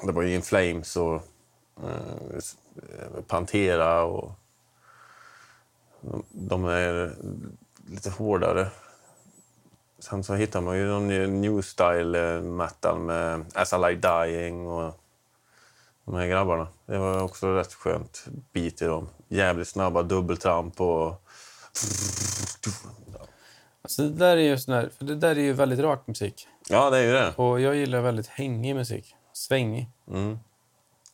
B: det var ju In Flames och eh, s- eh, Pantera och de är lite hårdare. Sen så hittar man ju de nya new style eh, metal med As I Like Dying och de här grabbarna. Det var också rätt skönt bit i dem. Jävligt snabba dubbeltramp och...
A: alltså det där är ju sån där, för det där är ju väldigt rak musik.
B: Ja, det är ju det.
A: Och jag gillar väldigt hängig musik. Svängig.
B: Mm.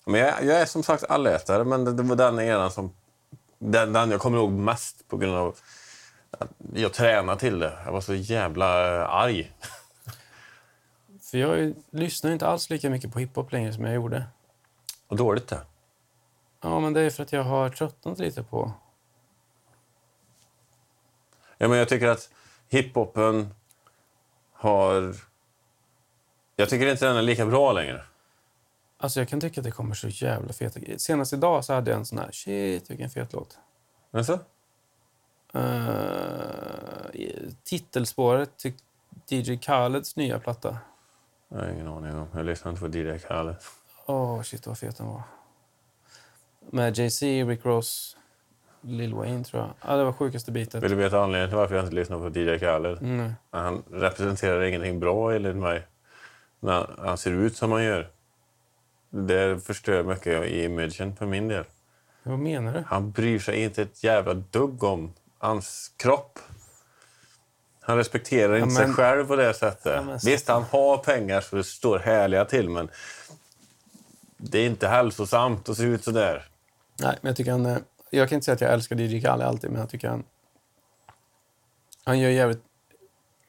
B: Men jag, jag är som sagt allätare, men det, det var den eran som... Den, den jag kommer ihåg mest på grund av att jag tränade till det. Jag var så jävla eh, arg.
A: För jag är- lyssnar ju inte alls lika mycket på hiphop längre som jag gjorde.
B: Och dåligt det.
A: Ja, men det är för att jag har tröttnat lite på...
B: Ja, men jag tycker att hiphopen har... Jag tycker inte den är lika bra längre.
A: Alltså jag kan tycka att det kommer så jävla feta grejer. Senast idag så hade jag en sån här, shit vilken fet låt.
B: Jaså?
A: Eh, titelspåret till DJ Khaleds nya platta.
B: Jag har ingen aning om. Jag lyssnar inte på DJ Khaled.
A: Åh, shit vad fet den var. Med Jay-Z, Rick Ross, Lil Wayne tror jag. Ja, det var sjukaste bitet.
B: Vill du veta anledningen till varför jag inte lyssnar på DJ Khaled?
A: Mm.
B: Han representerar ingenting bra enligt mig. När han ser ut som han gör. Det förstör mycket i imagen för min del.
A: Vad menar du?
B: Han bryr sig inte ett jävla dugg om hans kropp. Han respekterar inte sig
A: men-
B: själv på det sättet.
A: Ja, men-
B: Visst, han har pengar så det står härliga till, men det är inte hälsosamt att se ut så där.
A: Nej, men jag tycker han... eh, Jag kan inte säga att jag älskar DJ Khaled alltid, men jag tycker han... Han gör jävligt...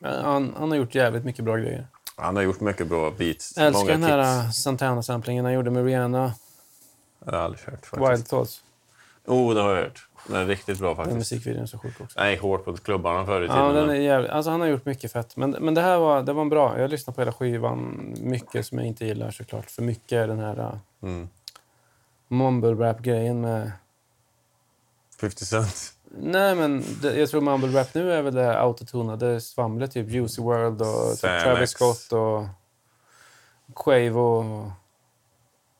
A: Han, han har gjort jävligt mycket bra grejer.
B: Han har gjort mycket bra beats.
A: Jag älskar
B: många
A: den här Santana-samplingen han gjorde med Rihanna,
B: Jag har jag aldrig hört faktiskt.
A: Wild Thoughts.
B: Oh, det har jag hört. Den är riktigt bra
A: Den
B: faktiskt.
A: musikvideon är så sjuk också.
B: Den gick hårt på klubbarna förr i tiden.
A: Ja, den är
B: men-
A: jävligt, alltså han har gjort mycket fett. Men, men det här var, det var en bra. Jag lyssnade på hela skivan. Mycket som jag inte gillar såklart. För mycket är den här uh,
B: mm.
A: mumble rap-grejen med...
B: 50 Cent.
A: Nej, men det, jag tror mumble rap nu är väl det här autotonade svamlet. Typ Juicy World och typ
B: Sam
A: Travis
B: X.
A: Scott och Quavo och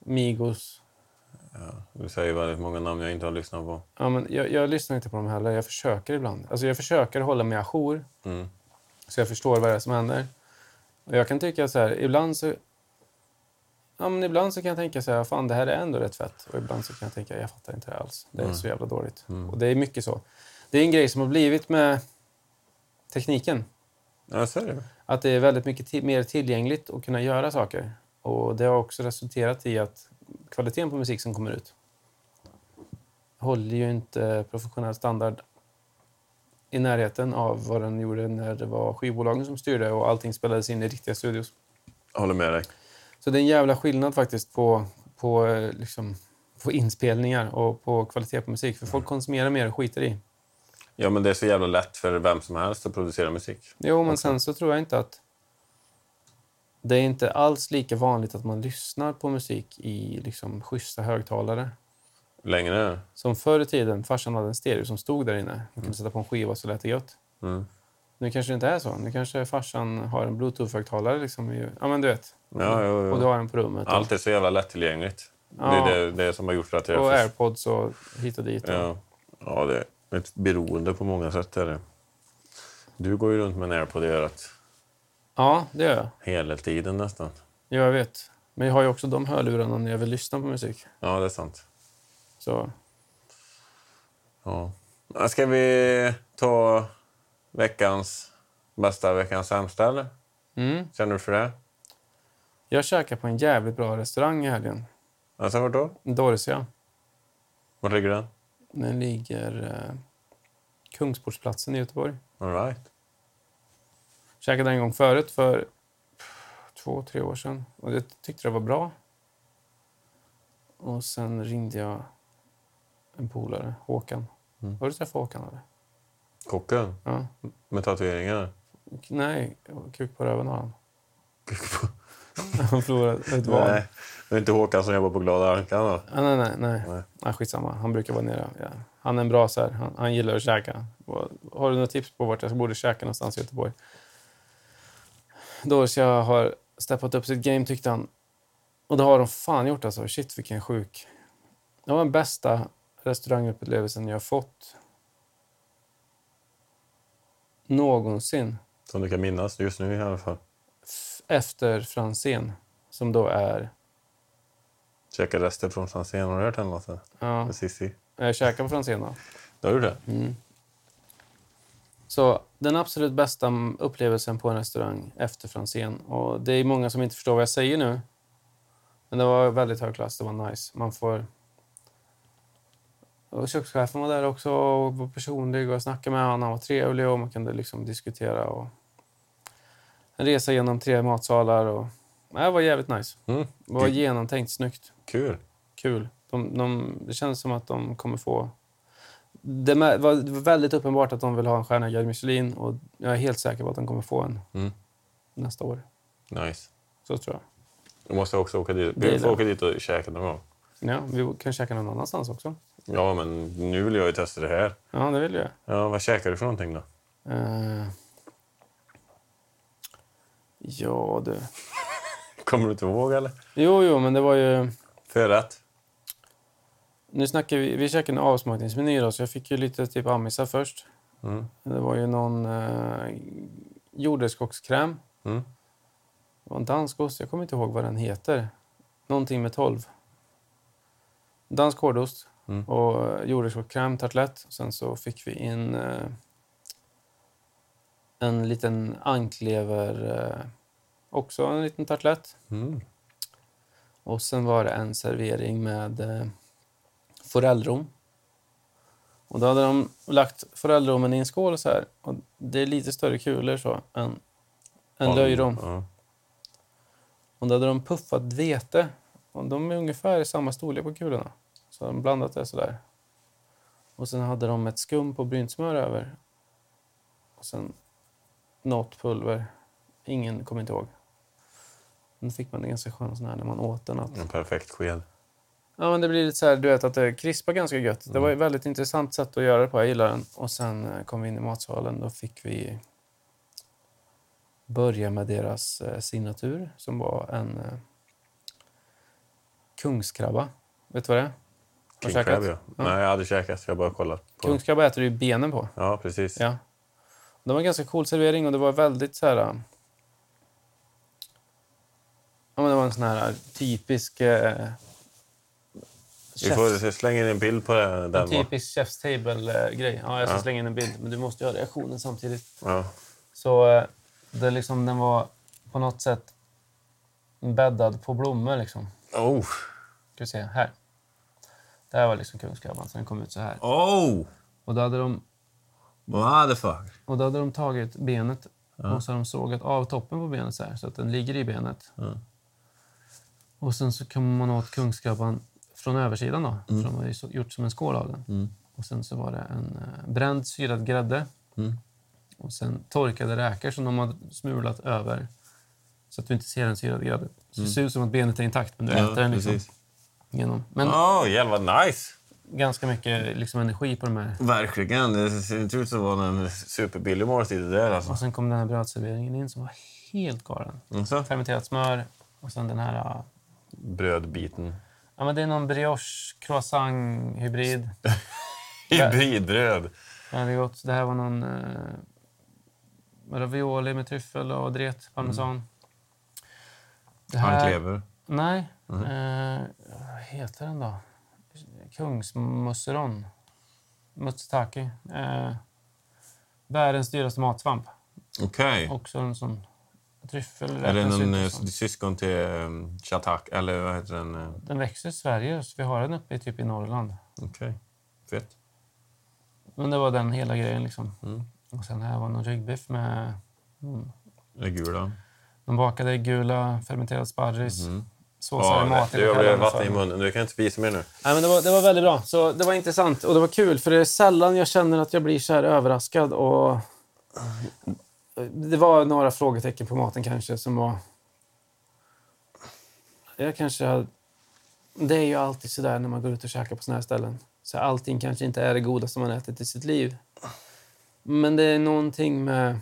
A: Migos.
B: Du säger väldigt många namn jag inte har lyssnat på.
A: Ja, men jag, jag lyssnar inte på dem heller. Jag försöker ibland. Alltså jag försöker hålla mig ajour
B: Mm.
A: så jag förstår vad det är som händer. Och jag kan tycka så här, ibland så... Ja, men ibland så kan jag tänka så här, fan det här är ändå rätt fett. Och ibland så kan jag tänka, jag fattar inte det här alls. Det är så jävla dåligt.
B: Mm.
A: Och det är mycket så. Det är en grej som har blivit med tekniken.
B: Ja, så är det.
A: Att det är väldigt mycket ti- mer tillgängligt att kunna göra saker. Och det har också resulterat i att kvaliteten på musik som kommer ut håller ju inte professionell standard i närheten av vad den gjorde när det var skivbolagen som styrde och allting spelades in i riktiga studios.
B: Jag håller med dig.
A: Så det är en jävla skillnad faktiskt på, på, eh, liksom, på inspelningar och på kvalitet på musik. För folk konsumerar mer och skiter i.
B: Ja, men det är så jävla lätt för vem som helst att producera musik.
A: Jo, men sen så tror jag inte att... Det är inte alls lika vanligt att man lyssnar på musik i liksom schyssta högtalare.
B: Längre.
A: Som förr i tiden, farsan hade en stereo som stod där inne. Man kunde sätta på en skiva så lät det gött.
B: Mm.
A: Nu kanske det inte är så. Nu kanske farsan har en bluetooth-högtalare. Liksom i, ja, men du vet.
B: Ja, jo,
A: Och du
B: jo.
A: har den på rummet.
B: Allt är så jävla lättillgängligt. Det
A: Ja.
B: är det, det som har gjort att jag...
A: och
B: först-
A: airpods och hit och dit. Och,
B: ja. ja, det är ett beroende på många sätt. Är det. Du går ju runt med en airpod i örat
A: ja, det gör jag.
B: hela tiden nästan.
A: Jo, jag vet. Men jag har ju också de hörlurarna när jag vill lyssna på musik.
B: Ja, det är sant.
A: Så
B: Ja. Ska vi ta veckans bästa, veckans sämsta eller?
A: mm.
B: Känner du för det?
A: Jag käkade på en jävligt bra restaurang i helgen.
B: Alltså, vart då?
A: Dorsia.
B: Var ligger den?
A: Den ligger eh, Kungsportsplatsen i Göteborg.
B: All right.
A: Käkade den en gång förut för pff, två, tre år sedan. Och jag tyckte det var bra. Och sen ringde jag en polare, Håkan.
B: Mm.
A: Har du träffat Håkan eller?
B: Kocken
A: Ja.
B: med tatueringar.
A: K- Nej, kuk på röven har han. Han förlorade ett val.
B: Nej, det är inte Håkan som jobbar på Glada Ankan då.
A: Ah, nej, nej, nej.
B: Nej.
A: nej. skitsamma. Han brukar vara nere. Ja. Han är en bra så här. Han, han gillar att käka. Vad- Har du några tips på vart jag borde käka någonstans i Göteborg? Dorsia har steppat upp sitt game, tyckte han. Och det har de fan gjort alltså. Shit, vilken sjuk... Det var den bästa restaurangupplevelsen jag har fått. Någonsin.
B: Som du kan minnas just nu i alla fall.
A: F- efter Franzén, som då är...
B: Käka rester från Franzén. Har du hört den låten?
A: Ja,
B: Med Cissi.
A: jag käkade på Franzén då.
B: Då har du det?
A: Så den absolut bästa m- upplevelsen på en restaurang efter Franzén. Och det är många som inte förstår vad jag säger nu. Men det var väldigt hög klass, det var nice. Man får... Och kökschefen var där också och var personlig och jag snackade med honom. Han var trevlig och man kunde liksom diskutera. Och... En resa genom tre matsalar. Och... Nej, Det var jävligt nice.
B: Mm.
A: Det var
B: Det-
A: genomtänkt, snyggt
B: Kul.
A: kul. De, de, det känns som att de kommer få... Det mä- var det var väldigt uppenbart att de vill ha en stjärna i Guide Michelin och jag är helt säker på att de kommer få en
B: Mm.
A: nästa år.
B: Nice.
A: Så tror jag.
B: Du måste också åka dit.
A: Det
B: Vi
A: är
B: får
A: det.
B: åka dit och käka någon gång.
A: Ja, vi kan käka någon annanstans också.
B: Ja, men nu vill jag ju testa det här.
A: Ja, det vill jag.
B: Ja, vad käkar du för någonting då?
A: Eh, Ja, du.
B: Kommer du inte ihåg eller?
A: Jo, jo, men det var ju...
B: Förrätt?
A: Nu snackar vi... Vi käkade en avsmakningsmeny då, så jag fick ju lite typ amisa först.
B: Mm.
A: Det var ju någon eh, jordärtskockskräm.
B: Mm.
A: Det var en dansk ost, jag kommer inte ihåg vad den heter. Någonting med 12. Dansk hårdost
B: Mm.
A: och eh, jordärtskockskräm, tartlett. Sen så fick vi in eh, en liten anklever, eh, också en liten tartlett.
B: Mm.
A: Och sen var det en servering med eh, forellrom. Och då hade de lagt forellromen i en skål så här. Och det är lite större kulor så än, än
B: Om-
A: löjrom.
B: Ja.
A: Och då hade de puffat vete. Och de är ungefär i samma storlek på kulorna. Så hade de blandat det sådär. Och sen hade de ett skum på brynt smör över. Och sen något pulver. Ingen kommer inte ihåg. Nu fick man en ganska skön sån här när man åt den. Att
B: En perfekt sked.
A: Ja, men det blir lite så här, du vet, att det krispar ganska gött. Det var
B: Mm.
A: ett väldigt intressant sätt att göra det på. Jag gillar den. Och sen eh, kom vi in i matsalen. Då fick vi börja med deras eh, signatur som var en eh, kungskrabba. Vet du vad det är? Har
B: King
A: du käkat?
B: crab, ja. Nej, jag hade käkat. Jag bara kollar. På.
A: Kungskrabba äter du ju benen på.
B: Ja, precis.
A: Ja. Det var en ganska cool servering och det var väldigt så här... äh, Ja, men det var en sån här typisk... Eh,
B: Vi får slänga in en bild på den. den
A: En
B: va?
A: typisk Chef's Table-grej. Ja, jag ska
B: Ja.
A: slänga in en bild, men du måste göra reaktionen samtidigt.
B: Ja.
A: Så eh, det är liksom, den var på något sätt bäddad på blommor. Liksom.
B: Oh!
A: Ska vi se, här. Det här var liksom kungskrabban, så den kom ut så här.
B: Oh!
A: Och då hade de,
B: Motherfucker!
A: och då hade de tagit benet och så har de sågat av toppen på benet så här, så att den ligger i benet.
B: Ja.
A: Och sen så kommer man åt kungskrabban från översidan då,
B: Mm.
A: för de har ju så- gjort som en skål av den. Och sen så var det en eh, bränd syrad grädde.
B: Mm.
A: Och sen torkade räkor som de har smulat över. Så att du inte ser den syrade grädden. Så
B: Mm.
A: det ser ut som att benet är intakt, men du äter den liksom genom. Men
B: Oh, jävlar nice!
A: ganska mycket liksom, energi på de här.
B: Verkligen. Det ser inte ut som att vara en superbillig måltid det där alltså.
A: Och sen kom den här brödserveringen in som var helt galen.
B: Alltså,
A: Fermenterat smör och sen den här... eh,
B: brödbiten.
A: Ja, men det är någon brioche croissant hybrid.
B: Hybridbröd.
A: Ja, det är gott. Det här var någon eh, ravioli med tryffel och dret, parmesan. Det här-
B: Anklever.
A: Nej.
B: Mm.
A: Eh, vad heter den då? Kungsmusseron. Mutsutaki. Eh, världens dyraste matsvamp.
B: Okej.
A: Också en sån tryffel.
B: Är det
A: räknas
B: någon
A: ut
B: eh,
A: som-
B: syskon till um, chatak? Eller vad heter den? eh,
A: Den växer i Sverige, så vi har den uppe i, typ i Norrland.
B: Okej. Fett.
A: Men det var den hela grejen liksom.
B: Mm.
A: Och sen här var någon ryggbiff med... Mm,
B: Det är gula.
A: De bakade gula fermenterad sparris.
B: Mm.
A: Såsar i mat.
B: du, jag blev vatten i munnen. Du kan inte visa mer nu.
A: Nej, men det, var, det var väldigt bra. Så det var intressant och det var kul. För det är sällan jag känner att jag blir så här överraskad. Och... Det var några frågetecken på maten kanske som var... Jag kanske hade... Det är ju alltid så där när man går ut och käkar på såna här ställen. Så allting kanske inte är det godaste man ätit i sitt liv. Men det är någonting med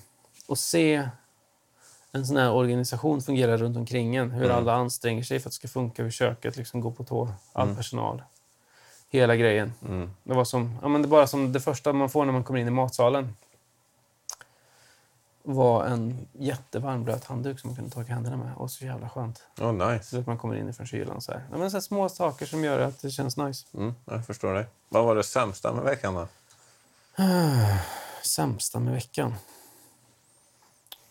A: att se en sån här organisation fungera runt omkring en. Hur alla anstränger sig för att det ska funka, hur köket liksom går på tå, all personal. Hela grejen.
B: Mm.
A: Det var som, ja, men det bara som det första man får när man kommer in i matsalen var en jättevarm blöt handduk som man kunde torka händerna med. Och så jävla skönt.
B: Oh, nice.
A: Så att man kommer in från kylan och så här. Ja, men så här små saker som gör att det känns nice.
B: Mm, jag förstår dig. Vad var det sämsta med veckan då?
A: Sämsta med veckan?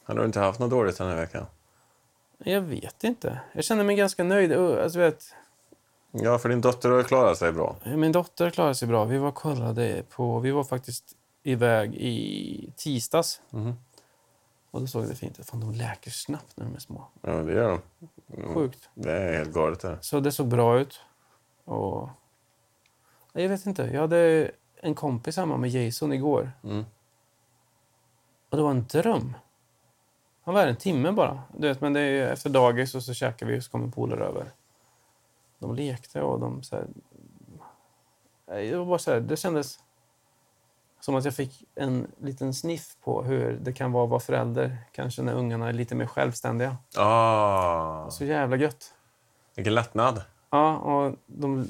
B: Har du inte haft något dåligt den här veckan?
A: Jag vet inte. Jag känner mig ganska nöjd. Ö, Alltså, vet,
B: Ja, för din dotter har klarat sig bra.
A: min dotter klarade sig bra. Vi var och kollade på... Vi var faktiskt iväg i tisdags.
B: Mhm.
A: Och då såg det fint ut. Fan, de läker snabbt när de är små.
B: Ja, men det gör de. Mm.
A: Sjukt.
B: Det är helt galet det här.
A: Så det såg bra ut. Och... Nej, Jag vet inte. Jag hade en kompis hemma med Jason igår.
B: Mm.
A: Och det var en dröm. Han var här en timme bara. Du vet, men det är ju efter dagis och så käkar vi och så kommer polare över. De lekte och de så här... Nej, Det var bara så här, det kändes som att jag fick en liten sniff på hur det kan vara att vara förälder. Kanske när ungarna är lite mer självständiga.
B: Ah,
A: Så jävla gött.
B: vilken lättnad.
A: Ja, och de,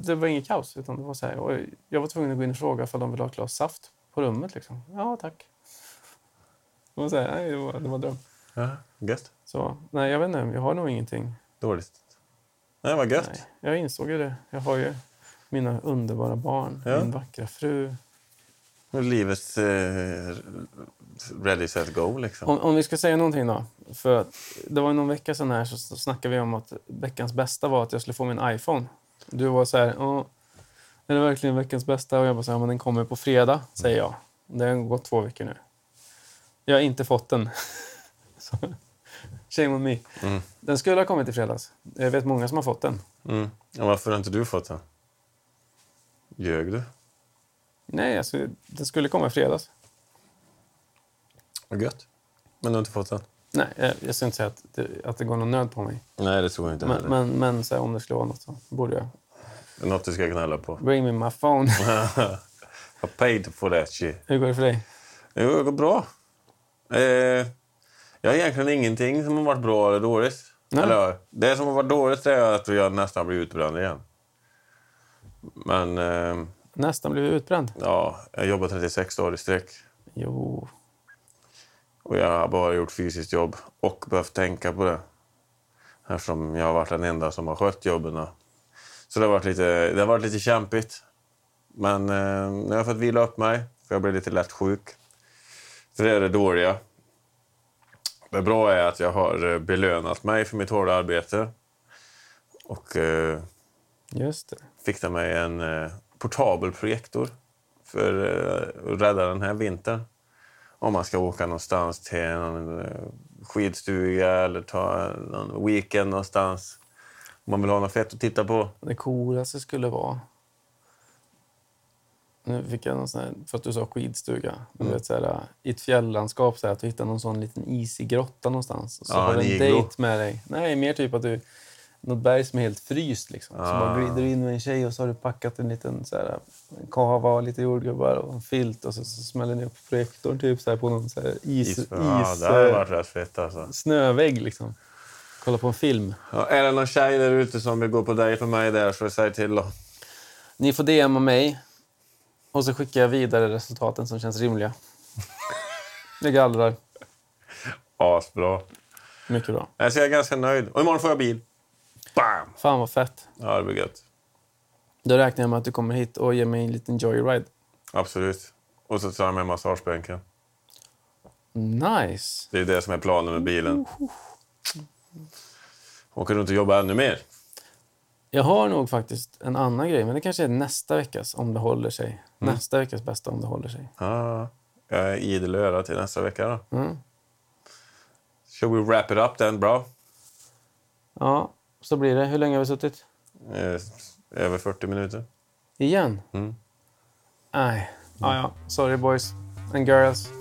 A: det var inget kaos. Utan det var så här, och jag var tvungen att gå in och fråga om de ville ha ett glas saft på rummet. Liksom. Ja, tack. Det var, så här, nej, det var, det var en dröm.
B: Ja, gött.
A: Så, nej, jag vet inte. Jag har nog ingenting.
B: Dåligt. Nej, vad gött.
A: Nej, jag insåg ju det. Jag har ju mina underbara barn,
B: Ja.
A: min vackra fru.
B: Nu är Livets eh, ready, set, go liksom.
A: Om, om vi ska säga någonting då. För att det var ju någon vecka sedan här så, så snackade vi om att veckans bästa var att jag skulle få min iPhone. Du var så här, "Åh, är det verkligen veckans bästa? Och jag bara så här, "Ja, men den kommer på fredag, säger jag. Det har gått två veckor nu. Jag har inte fått den. så, shame on me.
B: Mm.
A: Den skulle ha kommit i fredags. Jag vet många som har fått den.
B: Mm. Ja, varför har inte du fått den? Ljög du?
A: Nej, alltså, den skulle komma i fredags.
B: Vad gött. Men du har inte fått den?
A: Nej, jag, jag ska inte säga att det, att det går någon nöd på mig.
B: Nej, det tror jag inte
A: Men,
B: heller.
A: men, men så här, om det skulle vara något så borde jag.
B: Något du ska knälla på.
A: Bring me my phone.
B: I paid for that shit.
A: Hur går det för dig?
B: Jo, det går bra. Eh, jag har egentligen ingenting som har varit bra eller dåligt.
A: Nej.
B: Eller, det som har varit dåligt är att jag nästan blir utbränd igen. Men eh,
A: Nästan blev utbränd.
B: ja, jag jobbar 36 dagar i sträck
A: Jo.
B: och jag har bara gjort fysiskt jobb och behövt tänka på det. Eftersom jag har varit den enda som har skött jobben. Så det har varit lite, det har varit lite kämpigt. Men eh, nu har jag fått vila upp mig, för jag blev lite lätt sjuk. Så det är det dåliga. Det bra är att jag har eh, belönat mig för mitt hårda arbete. Och eh,
A: Just det.
B: fixade mig en eh, portabel projektor för eh, att rädda den här vintern. Om man ska åka någonstans till någon eh, skidstuga eller ta någon weekend någonstans. Om man vill ha något fett att titta på.
A: Det coolaste skulle vara... Nu fick jag någon sån här, för att du sa skidstuga. Du
B: Mm.
A: vet, så här, I ett fjälllandskap, så här, att du hittar någon sån liten isig grotta någonstans. Och så
B: Ja,
A: har
B: en
A: du en
B: iglo.
A: dejt med dig. Nej, mer typ att du... Något berg som är helt fryst. Liksom. Så
B: Ah.
A: bara glider du in med en tjej och så har du packat en liten så här, en kava och lite jordgubbar och en filt. Och så, så smäller ni upp projektorn typ, så här, på någon så här, is, is,
B: Ja, det hade varit rätt fett alltså.
A: snövägg. Liksom. Kolla på en film.
B: Ja, är det någon tjej där ute som vill gå på dejt med mig där så säg till då.
A: Ni får DMa mig och så skickar jag vidare resultaten som känns rimliga. Jag gallrar.
B: Asbra.
A: Mycket bra.
B: Alltså, jag är ganska nöjd. Och imorgon får jag bil. Bam!
A: Fan vad fett.
B: Ja, det blir gött.
A: Då räknar jag med att du kommer hit och ger mig en liten joyride.
B: Absolut. Och så tar jag med massagebänken.
A: Nice.
B: Det är det som är planen med bilen. Åker runt och jobbar ännu mer.
A: Jag har nog faktiskt en annan grej, men det kanske är nästa veckas om det håller sig. Nästa veckas bästa om det håller sig.
B: Ah, jag är idel öra till nästa vecka. Då.
A: Mm.
B: Should we wrap it up then, bro?
A: Ja, så blir det. Hur länge har vi suttit?
B: Eh, över 40 minuter.
A: Igen?
B: Mm.
A: Nej. Ja, ja. Sorry boys and girls.